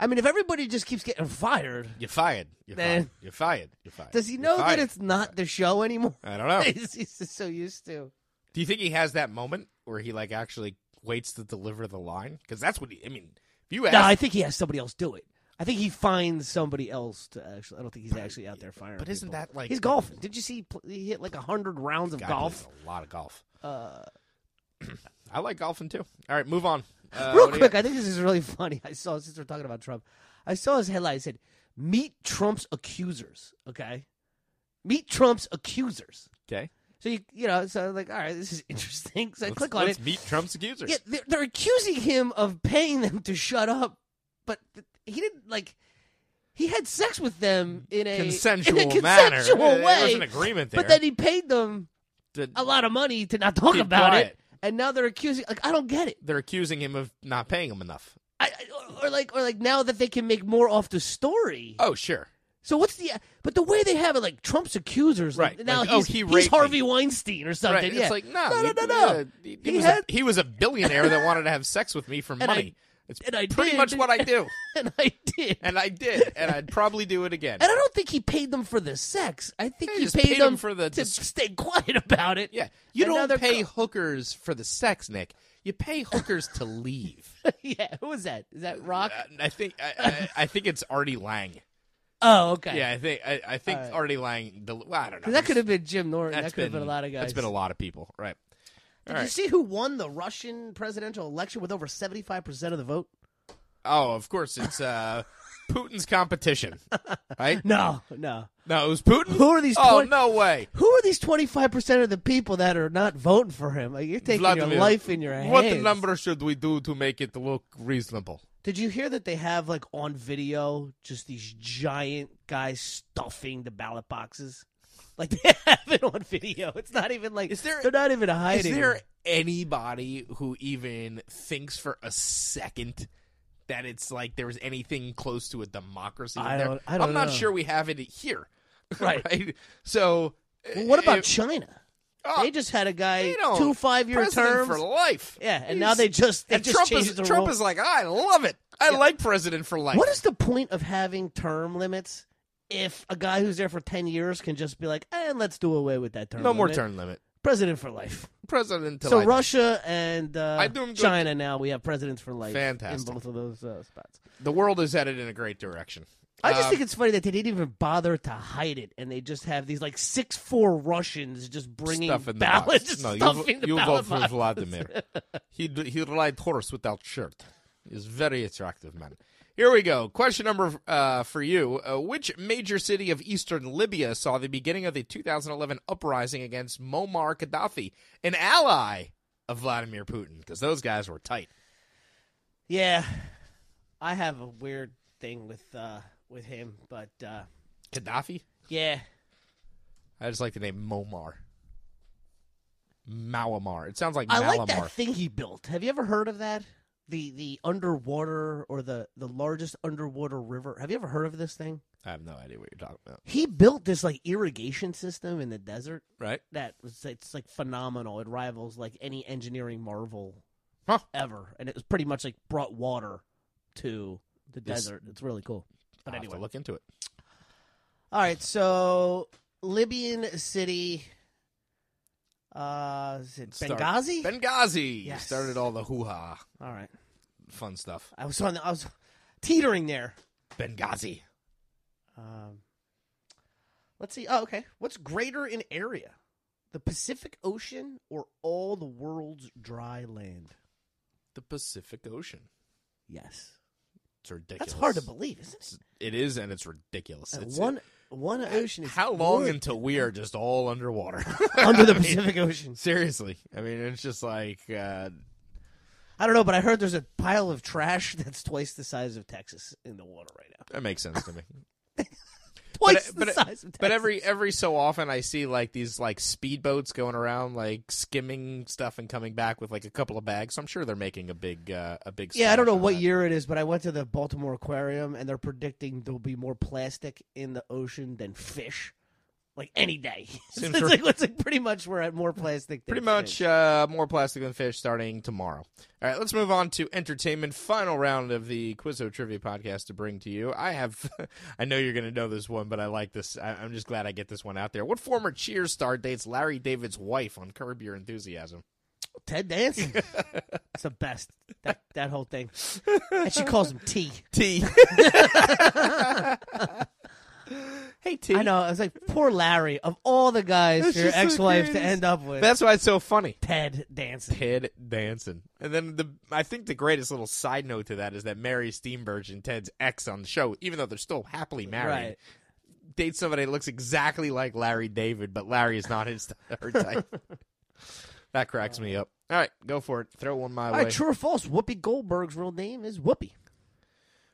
I mean, if everybody just keeps getting fired,
You're fired. You're
Man.
fired. You're fired. You're fired.
does he
You're
know that
fired.
it's not the show anymore?
I don't know.
he's, he's just so used to.
Do you think he has that moment where he like actually waits to deliver the line? Because that's what he, I mean. If you ask,
No, I think he has somebody else do it. I think he finds somebody else to actually. I don't think he's actually out there firing.
but isn't
people.
that, like-
he's golfing? Did you see he pl- he hit like hundred rounds of
God,
golf? Uh.
there's a lot of golf. I like golfing too. All right, move on. Uh,
Real
what do you-
quick, I think this is really funny. I saw since we're talking about Trump, I saw his headline. It said, "Meet Trump's accusers." Okay, meet Trump's accusers.
Okay.
So you you know so I'm like all right this is interesting. So I
Let's-
click on
let's
it.
meet Trump's accusers.
Yeah, they're, they're accusing him of paying them to shut up, but th- he didn't like. He had sex with them in a
Consensual
in a
manner.
consensual
Yeah,
way.
there was an agreement there.
but then he paid them
The-
a lot of money to not talk
Keep
about
quiet.
it, and now they're accusing. Like I don't get it.
They're accusing him of not paying him enough.
I, I- or, or like or like now that they can make more off the story.
Oh, sure.
So what's the but the way they have it like Trump's accusers like,
Right,
now
like,
he's,
oh, he
he's
raped
Harvey Weinstein or something
Right.
yeah
It's like, no,
no no
he-
no, no.
uh, he, he
He
was
had-
a, he was a billionaire that wanted to have sex with me for
I-
money. it's
and I
pretty
did.
much what I do,
and I did
and I did, and I'd probably do it again.
And I don't think he paid them for the sex. I think
Yeah,
he
just
paid,
paid
them
them for the
to
dis-
stay quiet about it.
yeah, you
And now they're
don't pay
co-
hookers for the sex, Nick. You pay hookers to leave.
Uh, yeah. Who was that? Is that Rock?
Uh, I think I, I, I think it's Artie Lang.
oh, okay.
Yeah, I think I, I think Artie Lang. The, well, I don't
'Cause
know.
that could have been Jim Norton.
That's
That could have been a lot of guys.
That's been a lot of people, right?
Did
All
you
right.
see who won the Russian presidential election with over seventy five percent of the vote?
Oh, of course, it's uh, Putin's competition, right?
No, no.
No, it was Putin.
Who are these
Oh
twen-
no way!
Who are these twenty five percent of the people that are not voting for him? Like you're taking
Vladimir,
your life in your hands.
What number should we do to make it look reasonable?
Did you hear that they have like on video just these giant guys stuffing the ballot boxes? Like they have it on video. It's not even like
Is there-
they're not even
Is
hiding.
there
it.
anybody who even thinks for a second that it's like there was anything close to a democracy? in
I
there?
don't- I don't
I'm not
know.
sure we have it here,
Right.
So,
Well, what about
if-
China?
oh,
they just had a guy
they don't-
two five year
president
terms.
for life?
yeah, and
He's-
now they just they
and
just
Trump
changed
is
the
Trump
rule.
is like I love it. I like president for life.
What is the point of having term limits if a guy who's there for ten years can just be like, and let's do away with that term?
no more
limit.
term limit?
President for life.
President to
so
life.
Russia and
I
uh,
do 'em good.
China now we have presidents for life
Fantastic.
in both of those uh, spots.
The world is headed in a great direction.
I just
Um,
think it's funny that they didn't even bother to hide it, and they just have these like six four Russians just bringing
stuff in the
ballots,
box.
just
no,
stuffing
you,
the
you
ballot
vote for
box.
Vladimir. he d- he ride horse without shirt. He's very attractive man. Here we go. Question number uh, for you: uh, Which major city of eastern Libya saw the beginning of the 2011 uprising against Muammar Gaddafi, an ally of Vladimir Putin? Because those guys were tight.
Yeah, I have a weird thing with uh with him, but uh
Gaddafi.
yeah,
I just like the name Muammar. Mawamar. It sounds like
I
Malamar.
like that thing he built. Have you ever heard of that? The the underwater or the the largest underwater river. Have you ever heard of this thing?
I have no idea what you're talking about.
He built this like irrigation system in the desert
Right?
that was it's like phenomenal. It rivals like any engineering marvel
Huh.
ever, and it was pretty much like brought water to the
This-
desert. It's really cool. But
I'll
anyway,
have to look into it.
all right. So Libyan city, uh, is it
Start-
Benghazi?
Benghazi
Yes.
started all the hoo ha,
all right,
fun stuff.
I was on. The, I was teetering there.
Benghazi.
Um, let's see. Oh, okay. What's greater in area, the Pacific Ocean or all the world's dry land?
The Pacific Ocean.
Yes,
It's ridiculous.
that's hard to believe, isn't it?
It's- It is, and it's ridiculous.
That
It's-
one one ocean is
How long
wood
until we are just all underwater?
under the
I mean,
Pacific Ocean?
seriously. I mean, it's just like uh,
I don't know, but I heard there's a pile of trash that's twice the size of Texas in the water right now.
that makes sense to me.
Twice
but,
the
but-
size of Texas.
but every every so often I see like these like speedboats going around like skimming stuff and coming back with like a couple of bags. So I'm sure they're making a big uh, a big.
yeah, I don't
splash
know
on
what
that.
year it is, but I went to the Baltimore Aquarium and they're predicting there'll be more plastic in the ocean than fish, like any day. So
Seems
it's,
r-
like, it's like pretty much we're at more plastic. Than
Pretty much
fish.
uh, more plastic than fish starting tomorrow. All right, let's move on to entertainment. Final round of the Quizzo Trivia Podcast to bring to you. I have, I know you're going to know this one, but I like this. I, I'm just glad I get this one out there. What former Cheers star dates Larry David's wife on Curb Your Enthusiasm?
Ted Danson. it's the best. That that whole thing, and she calls him T.
T. hey T.
I know. I was like, poor Larry. Of all the guys
That's
for your
just the
ex-wife to
greatest.
end up with,
That's why it's so funny.
Ted Danson.
Ted Danson. And then the I think the greatest little side note to that is that Mary Steenburgen, Ted's ex on the show, even though they're still happily married,
Right.
date somebody that looks exactly like Larry David, but Larry is not his her type. that cracks me up. All right, go for it. Throw one my
All
way.
right, true or false? Whoopi Goldberg's real name is Whoopi.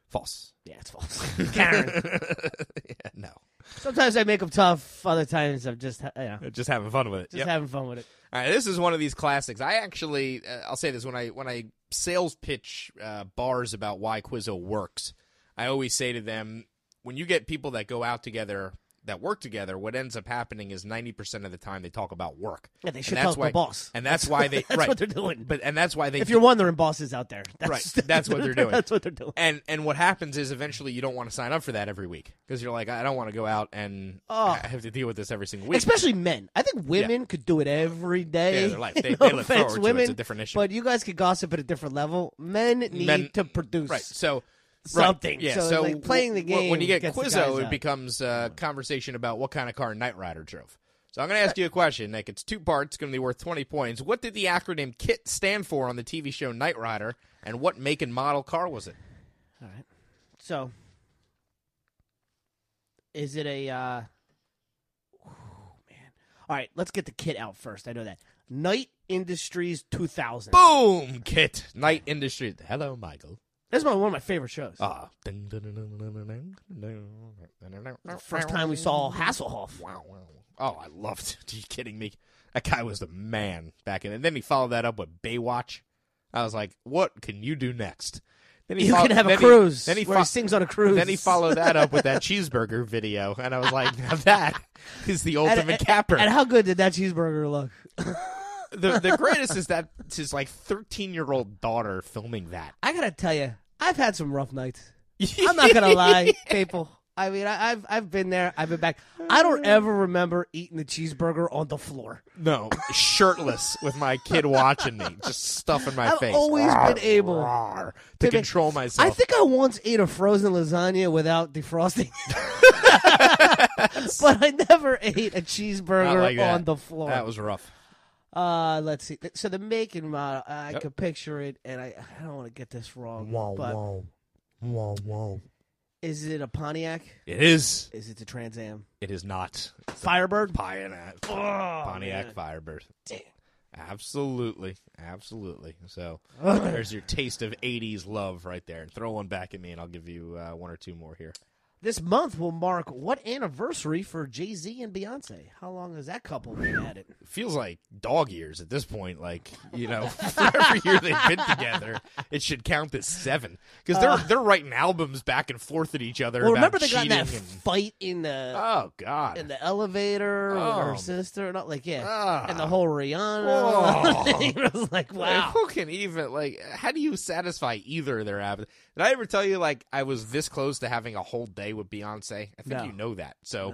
False.
Yeah, it's false. Karen.
Yeah, no.
Sometimes I make them tough. Other times I'm just, you know,
Just having fun with it.
just
Yep.
having fun with it.
All right, this is one of these classics. I actually, uh, I'll say this when I when I sales pitch uh, bars about why Quizzo works, I always say to them, when you get people that go out together that work together, what ends up happening is ninety percent of the time they talk about work.
Yeah, they should
and that's
talk to
why,
the boss.
and that's why they
That's
right.
what they're doing.
But and that's why they
If you're wondering, bosses out there, that's,
Right. That's what they're doing.
That's what they're doing.
and and what happens is eventually you don't want to sign up for that every week because you're like I don't want to go out and
Oh.
I have to deal with this every single week.
Especially men. I think women could do it every day.
Yeah, their life. They-
No
they look
offense,
forward to it. It's
women,
a different issue.
But you guys could gossip at a different level. Men need
Men-
to produce
Right. So
something.
Right, yeah.
So,
So,
like, playing the
w- when you
game
get
gets the
Quizzo,
guys
it
out.
becomes a conversation about what kind of car Knight Rider drove. So I'm going to ask you a question, Nick. It's two parts, going to be worth 20 points. What did the acronym KIT stand for on the TV show Knight Rider, and what make and model car was it?
So, is it a? Uh, man. All right, let's get the kit out first. I know that. Knight Industries 2000.
Boom, KIT Knight Industries. Hello, Michael.
That's my, one of my favorite shows.
Ah,
First time we saw Hasselhoff.
Wow, wow. Oh, I loved. Are you kidding me? That guy was the man back in. And then he followed that up with Baywatch. I was like, what can you do next? Then
You
fol-
can have a
then he-
cruise.
then he
where he
fo-
sings on a cruise.
Then he followed that up with that cheeseburger video, and I was like, now that is the
And-
ultimate
and-
capper.
And how good did that cheeseburger look?
the, the greatest is that his like thirteen year old daughter filming that.
I gotta tell you, I've had some rough nights. I'm not gonna lie, people. I mean, I, I've I've been there. I've been back. I don't
Mm.
ever remember eating the cheeseburger on the floor.
No, shirtless with my kid watching me, just stuffing my
I've
face.
always been able
Rawr, to
to make-
control myself.
I think I once ate a frozen lasagna without defrosting, it. but I never ate a
Not
cheeseburger
like that.
on the floor.
That was rough.
uh, let's see. So the making model, I
Yep.
could picture it, and I, I don't want to get this wrong. but
Whoa, whoa.
is it a Pontiac?
It is.
Is it the Trans Am?
It is not.
Firebird? Oh,
Pioneer. Pontiac Firebird.
Damn.
Absolutely. Absolutely. So there's your taste of 80s love right there. And throw one back at me, and I'll give you uh, one or two more here.
This month will mark what anniversary for Jay Z and Beyonce? How long has that couple been at it?
feels like dog years at this point. Like you know, for every year they've been together, it should count as seven because they're they're writing albums back and forth at each other.
Uh. Well,
about
remember they got in
cheating
that
and,
fight in the
oh god.
in the elevator with
Oh.
her sister and all, like yeah,
Ah.
and the whole Rihanna.
Oh.
thing. It was like
Like,
wow.
who can even like? How do you satisfy either of their habits? Did I ever tell you like I was this close to having a whole day with Beyonce? I think
No.
you know that. So,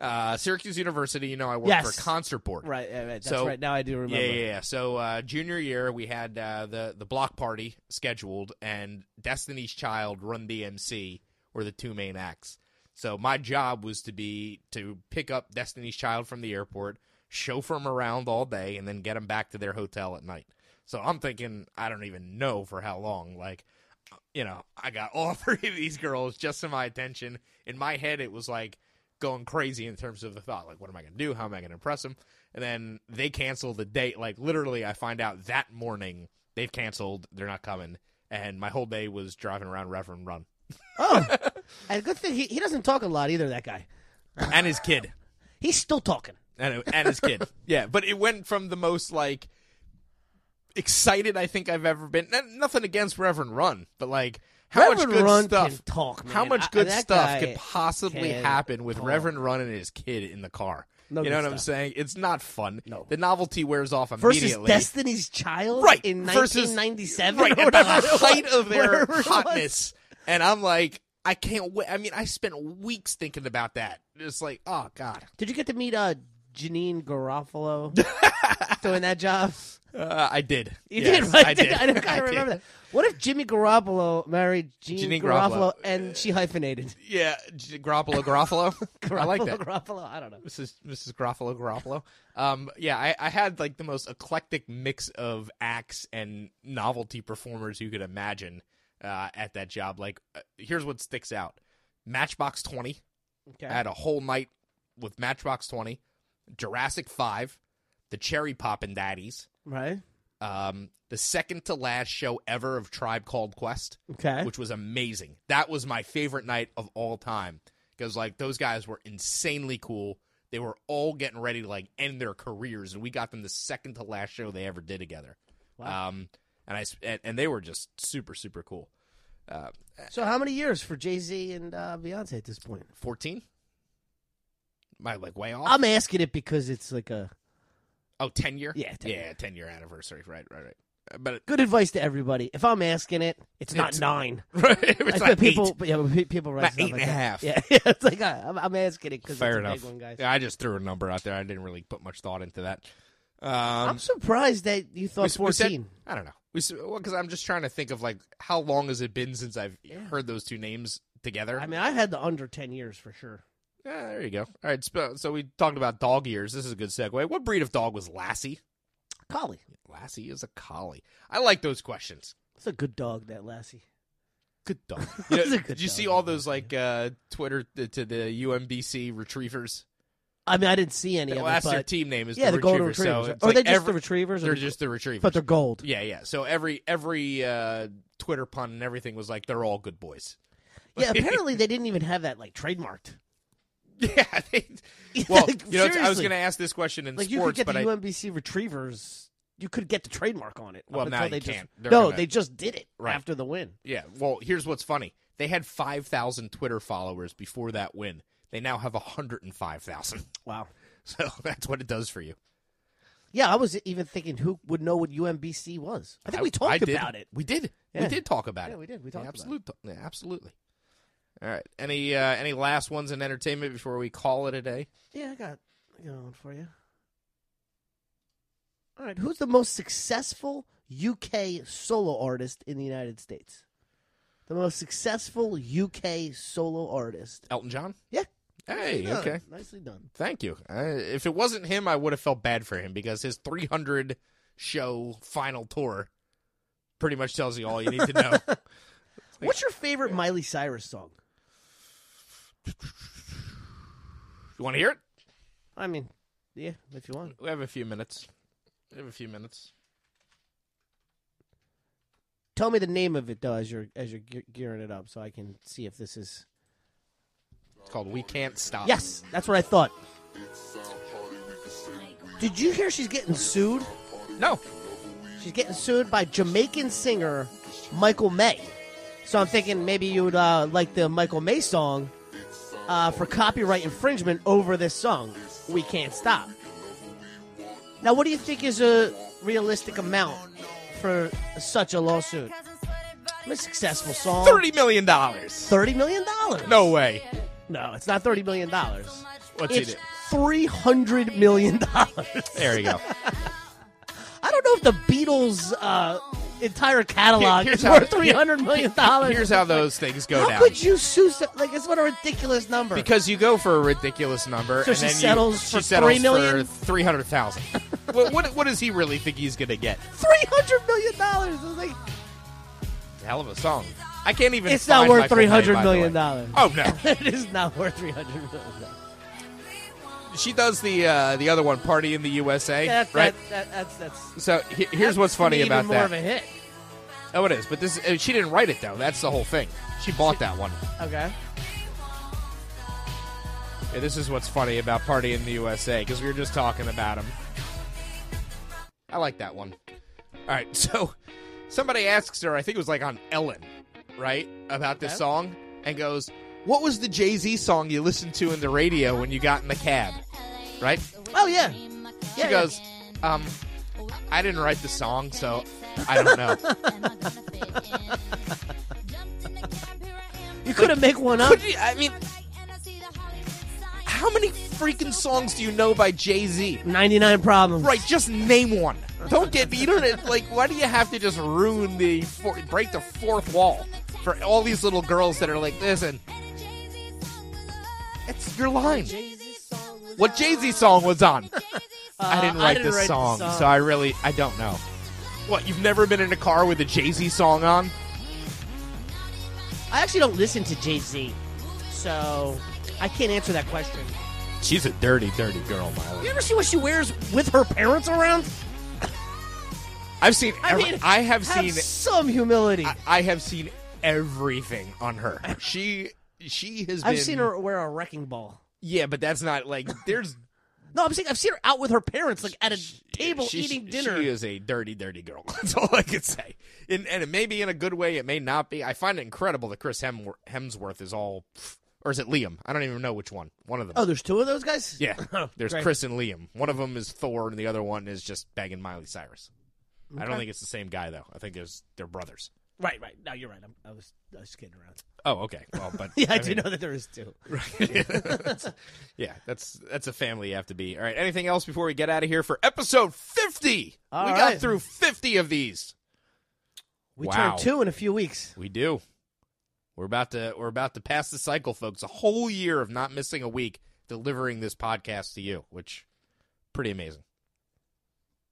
uh, Syracuse University, you know, I worked
Yes.
for a concert board.
Right, right, right. That's
So-
right. Now I do remember.
Yeah, yeah, yeah. So uh, junior year, we had uh, the the block party scheduled, and Destiny's Child, Run DMC were the two main acts. So my job was to be to pick up Destiny's Child from the airport, chauffeur them around all day, and then get them back to their hotel at night. So I'm thinking, I don't even know for how long. Like, you know, I got all three of these girls just to my attention. In my head, it was like going crazy in terms of the thought, like, what am I going to do? How am I going to impress them? And then they cancel the date. Like, literally, I find out that morning they've canceled. They're not coming. And my whole day was driving around Reverend Run
And good thing he, he doesn't talk a lot either. That guy,
and his kid.
he's still talking.
and, and his kid. yeah, but it went from the most like excited I think I've ever been. N- nothing against Reverend Run, but like how much
Reverend
good
Run
stuff?
can talk,
How
man. I-
much good
that
stuff
guy
could possibly
can
happen with
talk.
Reverend Run and his kid in the car?
No
you know what
good
I'm
stuff.
saying? It's not fun.
No.
The novelty wears off
Versus
immediately.
Destiny's Child,
right
in
Versus-
1997,
right,
or
at the
whatever it was-
height of their
whatever it was.
hotness. And I'm like, I can't wait. I mean, I spent weeks thinking about that. It's like, oh god.
Did you get to meet uh, Janine Garofalo doing that job?
Uh, I did.
You
Yes,
did, right?
I did.
I, don't- I
did.
remember that. What if Jimmy Garoppolo married Jean
Jeanine Garofalo. Uh,
Garofalo, and she hyphenated?
Yeah, G- Garoppolo, Garofalo. I like that.
Garofalo, I don't know.
Mrs. Mrs. Garofalo, Garofalo. Um, yeah, I, I had like the most eclectic mix of acts and novelty performers you could imagine uh, at that job. Like, uh, here's what sticks out: Matchbox Twenty.
Okay.
I had a whole night with Matchbox 20, Jurassic 5, the Cherry Pop and Daddies,
Right.
um, the second to last show ever of Tribe Called Quest,
Okay.
which was amazing. That was my favorite night of all time because like those guys were insanely cool. They were all getting ready to like end their careers, and we got them the second to last show they ever did together.
Wow.
Um, and I s- and, and they were just super super cool. Uh,
so how many years for Jay Z and uh, Beyonce at this point?
fourteen. Am I like way off?
I'm asking it because it's like a
oh, 10 year.
Yeah, 10
yeah, ten year anniversary. Right, right, right. Uh, But it,
good advice to everybody. If I'm asking it, it's not
It's-
nine.
right, it was
I
like
bet people,
eight.
but yeah, but pe- people write
About
stuff
eight
like
and a
that.
half.
Yeah, yeah, it's like I, I'm, I'm asking it because it's
Fair
a
enough.
big one, guys.
Yeah, I just threw a number out there. I didn't really put much thought into that. Um,
I'm surprised that you
we
thought
s- we said-
14.
I don't know. We because I'm just trying to think of like how long has it been since I've heard those two names together.
I mean, I had the under 10 years for sure.
Yeah, there you go. All right, sp- so we talked about dog ears. This is a good segue. What breed of dog was Lassie?
Collie.
Lassie is a collie. I like those questions.
It's a good dog, that Lassie.
Good dog. You know,
That's a good
did you
dog,
see all
I
those like uh, Twitter th- to the UMBC retrievers?
I mean, I didn't see any
well,
of it,
that's their
but
team name is
yeah,
the,
the golden
retrievers. So
retrievers.
it's
Or
like
they just
every-
the retrievers, or
They're
the-
just the retrievers.
but they're gold.
Yeah, yeah. So every every uh, Twitter pun and everything was like they're all good boys.
Yeah, apparently they didn't even have that like trademarked.
Yeah. They, well,
like,
you know, it's- I was
seriously.
going to ask this question in
Like you could
sports,
get
but
the
I
UMBC retrievers. You could get the trademark on it. up
Well, now
until
you
they
can't.
Just,
They're
no,
gonna-
they just did it
Right.
after the win.
yeah. Well, here's what's funny: they had five thousand Twitter followers before that win. They now have hundred and five thousand.
Wow.
So that's what it does for you.
Yeah, I was even thinking who would know what UMBC was. I think we talked
did.
about it.
We did. We
Yeah.
did talk about it.
Yeah, we did. We talked about it.
absolute, about it. Yeah, absolutely. All right. Any uh, any last ones in entertainment before we call it a day?
Yeah, I got, I got one for you. All right, who's the most successful UK solo artist in the United States? The most successful UK solo artist.
Elton John.
Yeah.
Hey.
Done.
Okay.
Nicely done.
Thank you. I, if it wasn't him, I would have felt bad for him because his 300 show final tour pretty much tells you all you need to know.
What's your favorite Miley Cyrus song?
you want to hear it?
I mean, yeah, if you want.
We have a few minutes. We have a few minutes.
Tell me the name of it though, as you're as you're ge- gearing it up, so I can see if this is.
It's called We Can't Stop.
Yes, that's what I thought. Did you hear she's getting sued?
No.
She's getting sued by Jamaican singer Michael May. So I'm thinking maybe you would uh, like the Michael May song uh, for copyright infringement over this song, We Can't Stop. Now, what do you think is a realistic amount for such a lawsuit? A successful song?
$30 million.
$30 million? dollars.
No way.
No, it's not $30 million. dollars.
What's he
It's
do?
$300 million. dollars.
There you go.
I don't know if the Beatles' uh, entire catalog
Here-
is
here's how-
worth three hundred million dollars.
Here's how those things go
how
down.
could you sue? So, like, it's what a ridiculous number.
Because you go for a ridiculous number,
So
and
she
then you-
settles
she
for
settles
$3 million?
for three hundred thousand. what, what what does he really think he's gonna get?
three hundred million dollars is like
It's a hell of a song. I can't even.
It's not
find
worth
Michael
$300
Bay, by
million
the way.
dollars.
Oh no,
it is not worth three hundred million. dollars.
she does the uh, the other one, "Party in the USA,"
That,
right?
that, that, that's that's.
so he- here's
that's
what's
to
funny
me
about
even
that.
More of a hit.
Oh, it is, but this uh, she didn't write it though. That's the whole thing. She bought that one.
Okay.
Yeah, this is what's funny about "Party in the USA" because we were just talking about him. I like that one. All right, so somebody asks her, I think it was like on Ellen, right, about this
Okay.
song, and goes, "What was the Jay Z song you listened to in the radio when you got in the cab?" Right?
Oh yeah.
She goes, um, I didn't write the song, so I don't know.
You couldn't make one up.
Could you- I mean, how many freaking songs do you know by Jay Z?
Ninety nine problems.
Right, just name one. Don't get me. You don't like. Why do you have to just ruin the for, break the fourth wall for all these little girls that are like, listen, it's your line. What Jay Z song was on? I didn't
Uh, I
write,
didn't
this,
write this
song,
song.
so I really I don't know. What you've never been in a car with a Jay Z song on?
I actually don't listen to Jay Z, so
I can't answer that question.
She's a dirty, dirty girl, Miley.
You ever see what she wears with her parents around?
I've seen.
I
every-
mean,
I have,
have
seen.
some humility.
I, I have seen everything on her. She. She has.
I've
been-
seen her wear a wrecking ball.
Yeah, but that's not like there's
No, I'm saying I've seen her out with her parents, like at a table
She-
eating dinner.
She is a dirty, dirty girl. That's all I can say. And, and it may be in a good way. It may not be. I find it incredible that Chris Hemwor- Hemsworth is all, or is it Liam? I don't even know which one. One of them.
Oh, there's two of those guys.
yeah. There's
great.
Chris and Liam. One of them is Thor, and the other one is just begging Miley Cyrus. I don't think it's the same guy though. I think there's they're brothers.
Right, right. No, you're right. I'm, I was, I was kidding around.
Oh, okay. Well, but
Yeah, I, do
mean,
know that there is two.
yeah, that's that's a family you have to be. All right. Anything else before we get out of here for episode fifty?
All
we
right.
got through fifty of these.
We
Wow.
turn two in a few weeks.
We do. We're about to we're about to pass the cycle, folks. A whole year of not missing a week delivering this podcast to you, which pretty amazing.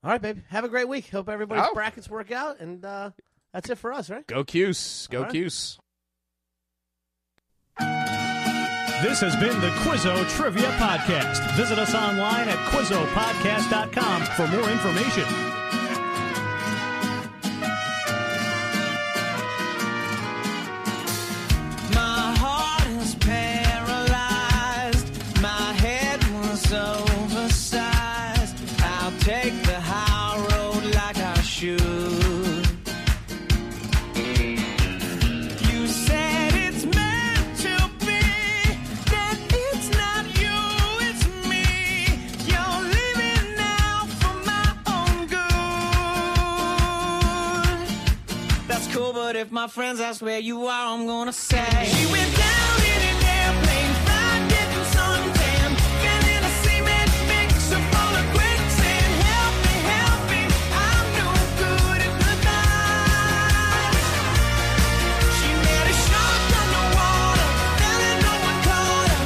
All right, babe. Have a great week. Hope everybody's
Oh.
brackets work out, and uh, that's it for us, right?
Go Cuse. Go
All right.
Cuse.
This has been the Quizzo Trivia Podcast. Visit us online at QuizzoPodcast.com for more information.
My heart is paralyzed. My head was oversized. I'll take the high road like I should. You said it's meant to be. That it's not you, it's me. You're leaving now for my own good. That's cool, but if my friends ask where you are, I'm gonna say. She went down in an airplane, fried, getting suntan. Fell in a cement mix, a bowl of quicksand. Help me, help me, I'm no good at goodbye. She met a shark underwater, fell and no one caught her.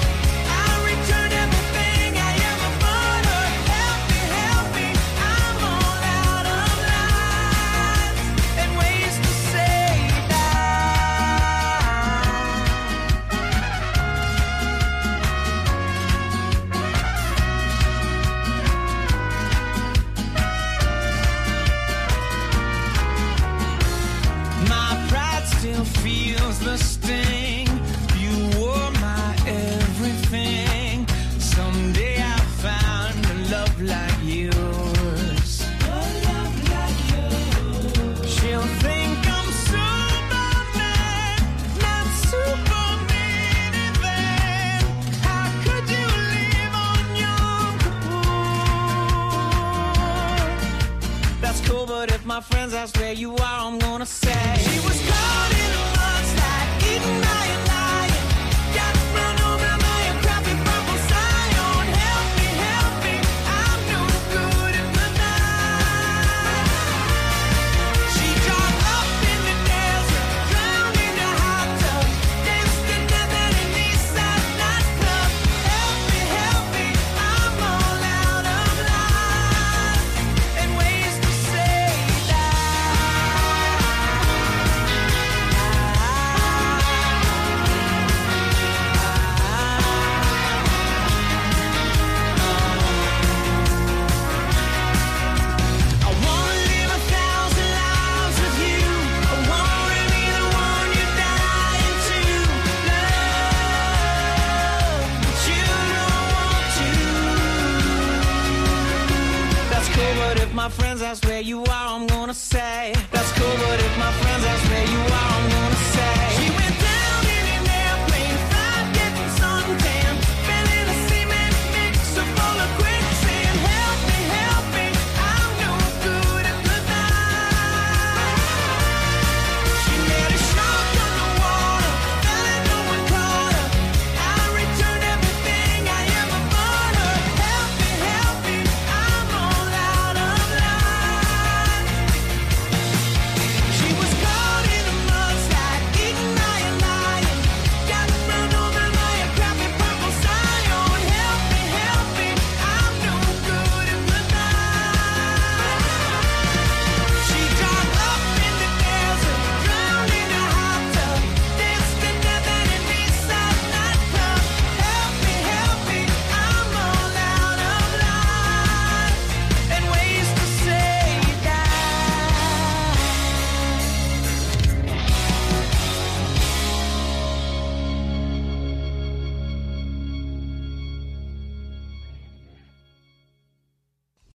I returned everything I ever bought her. Help me, help me, I'm all out of line and ways to say bye. My pride still feels the sting. You were my everything. Someday I found a love like yours. A love like yours. She'll think I'm Superman, not Superman. Then how could you live on your own? That's cool, but if my friends ask where you are, I'm gonna say she was caught in a mudslide, eaten by a lion. Got run over by a crappy purple scion. Help me, help me, I'm no good at the night. She dried up in the desert, drowned in a hot tub, danced the desert in the Eastside nightclub. Help me, help me, I'm all out of line and ways to say I wanna live a thousand lives with you. I wanna be the one you're dying to love, but you don't want to. That's cool, but if my friends ask where you are, I'm gonna say. That's cool, but if my friends ask where you are, I'm gonna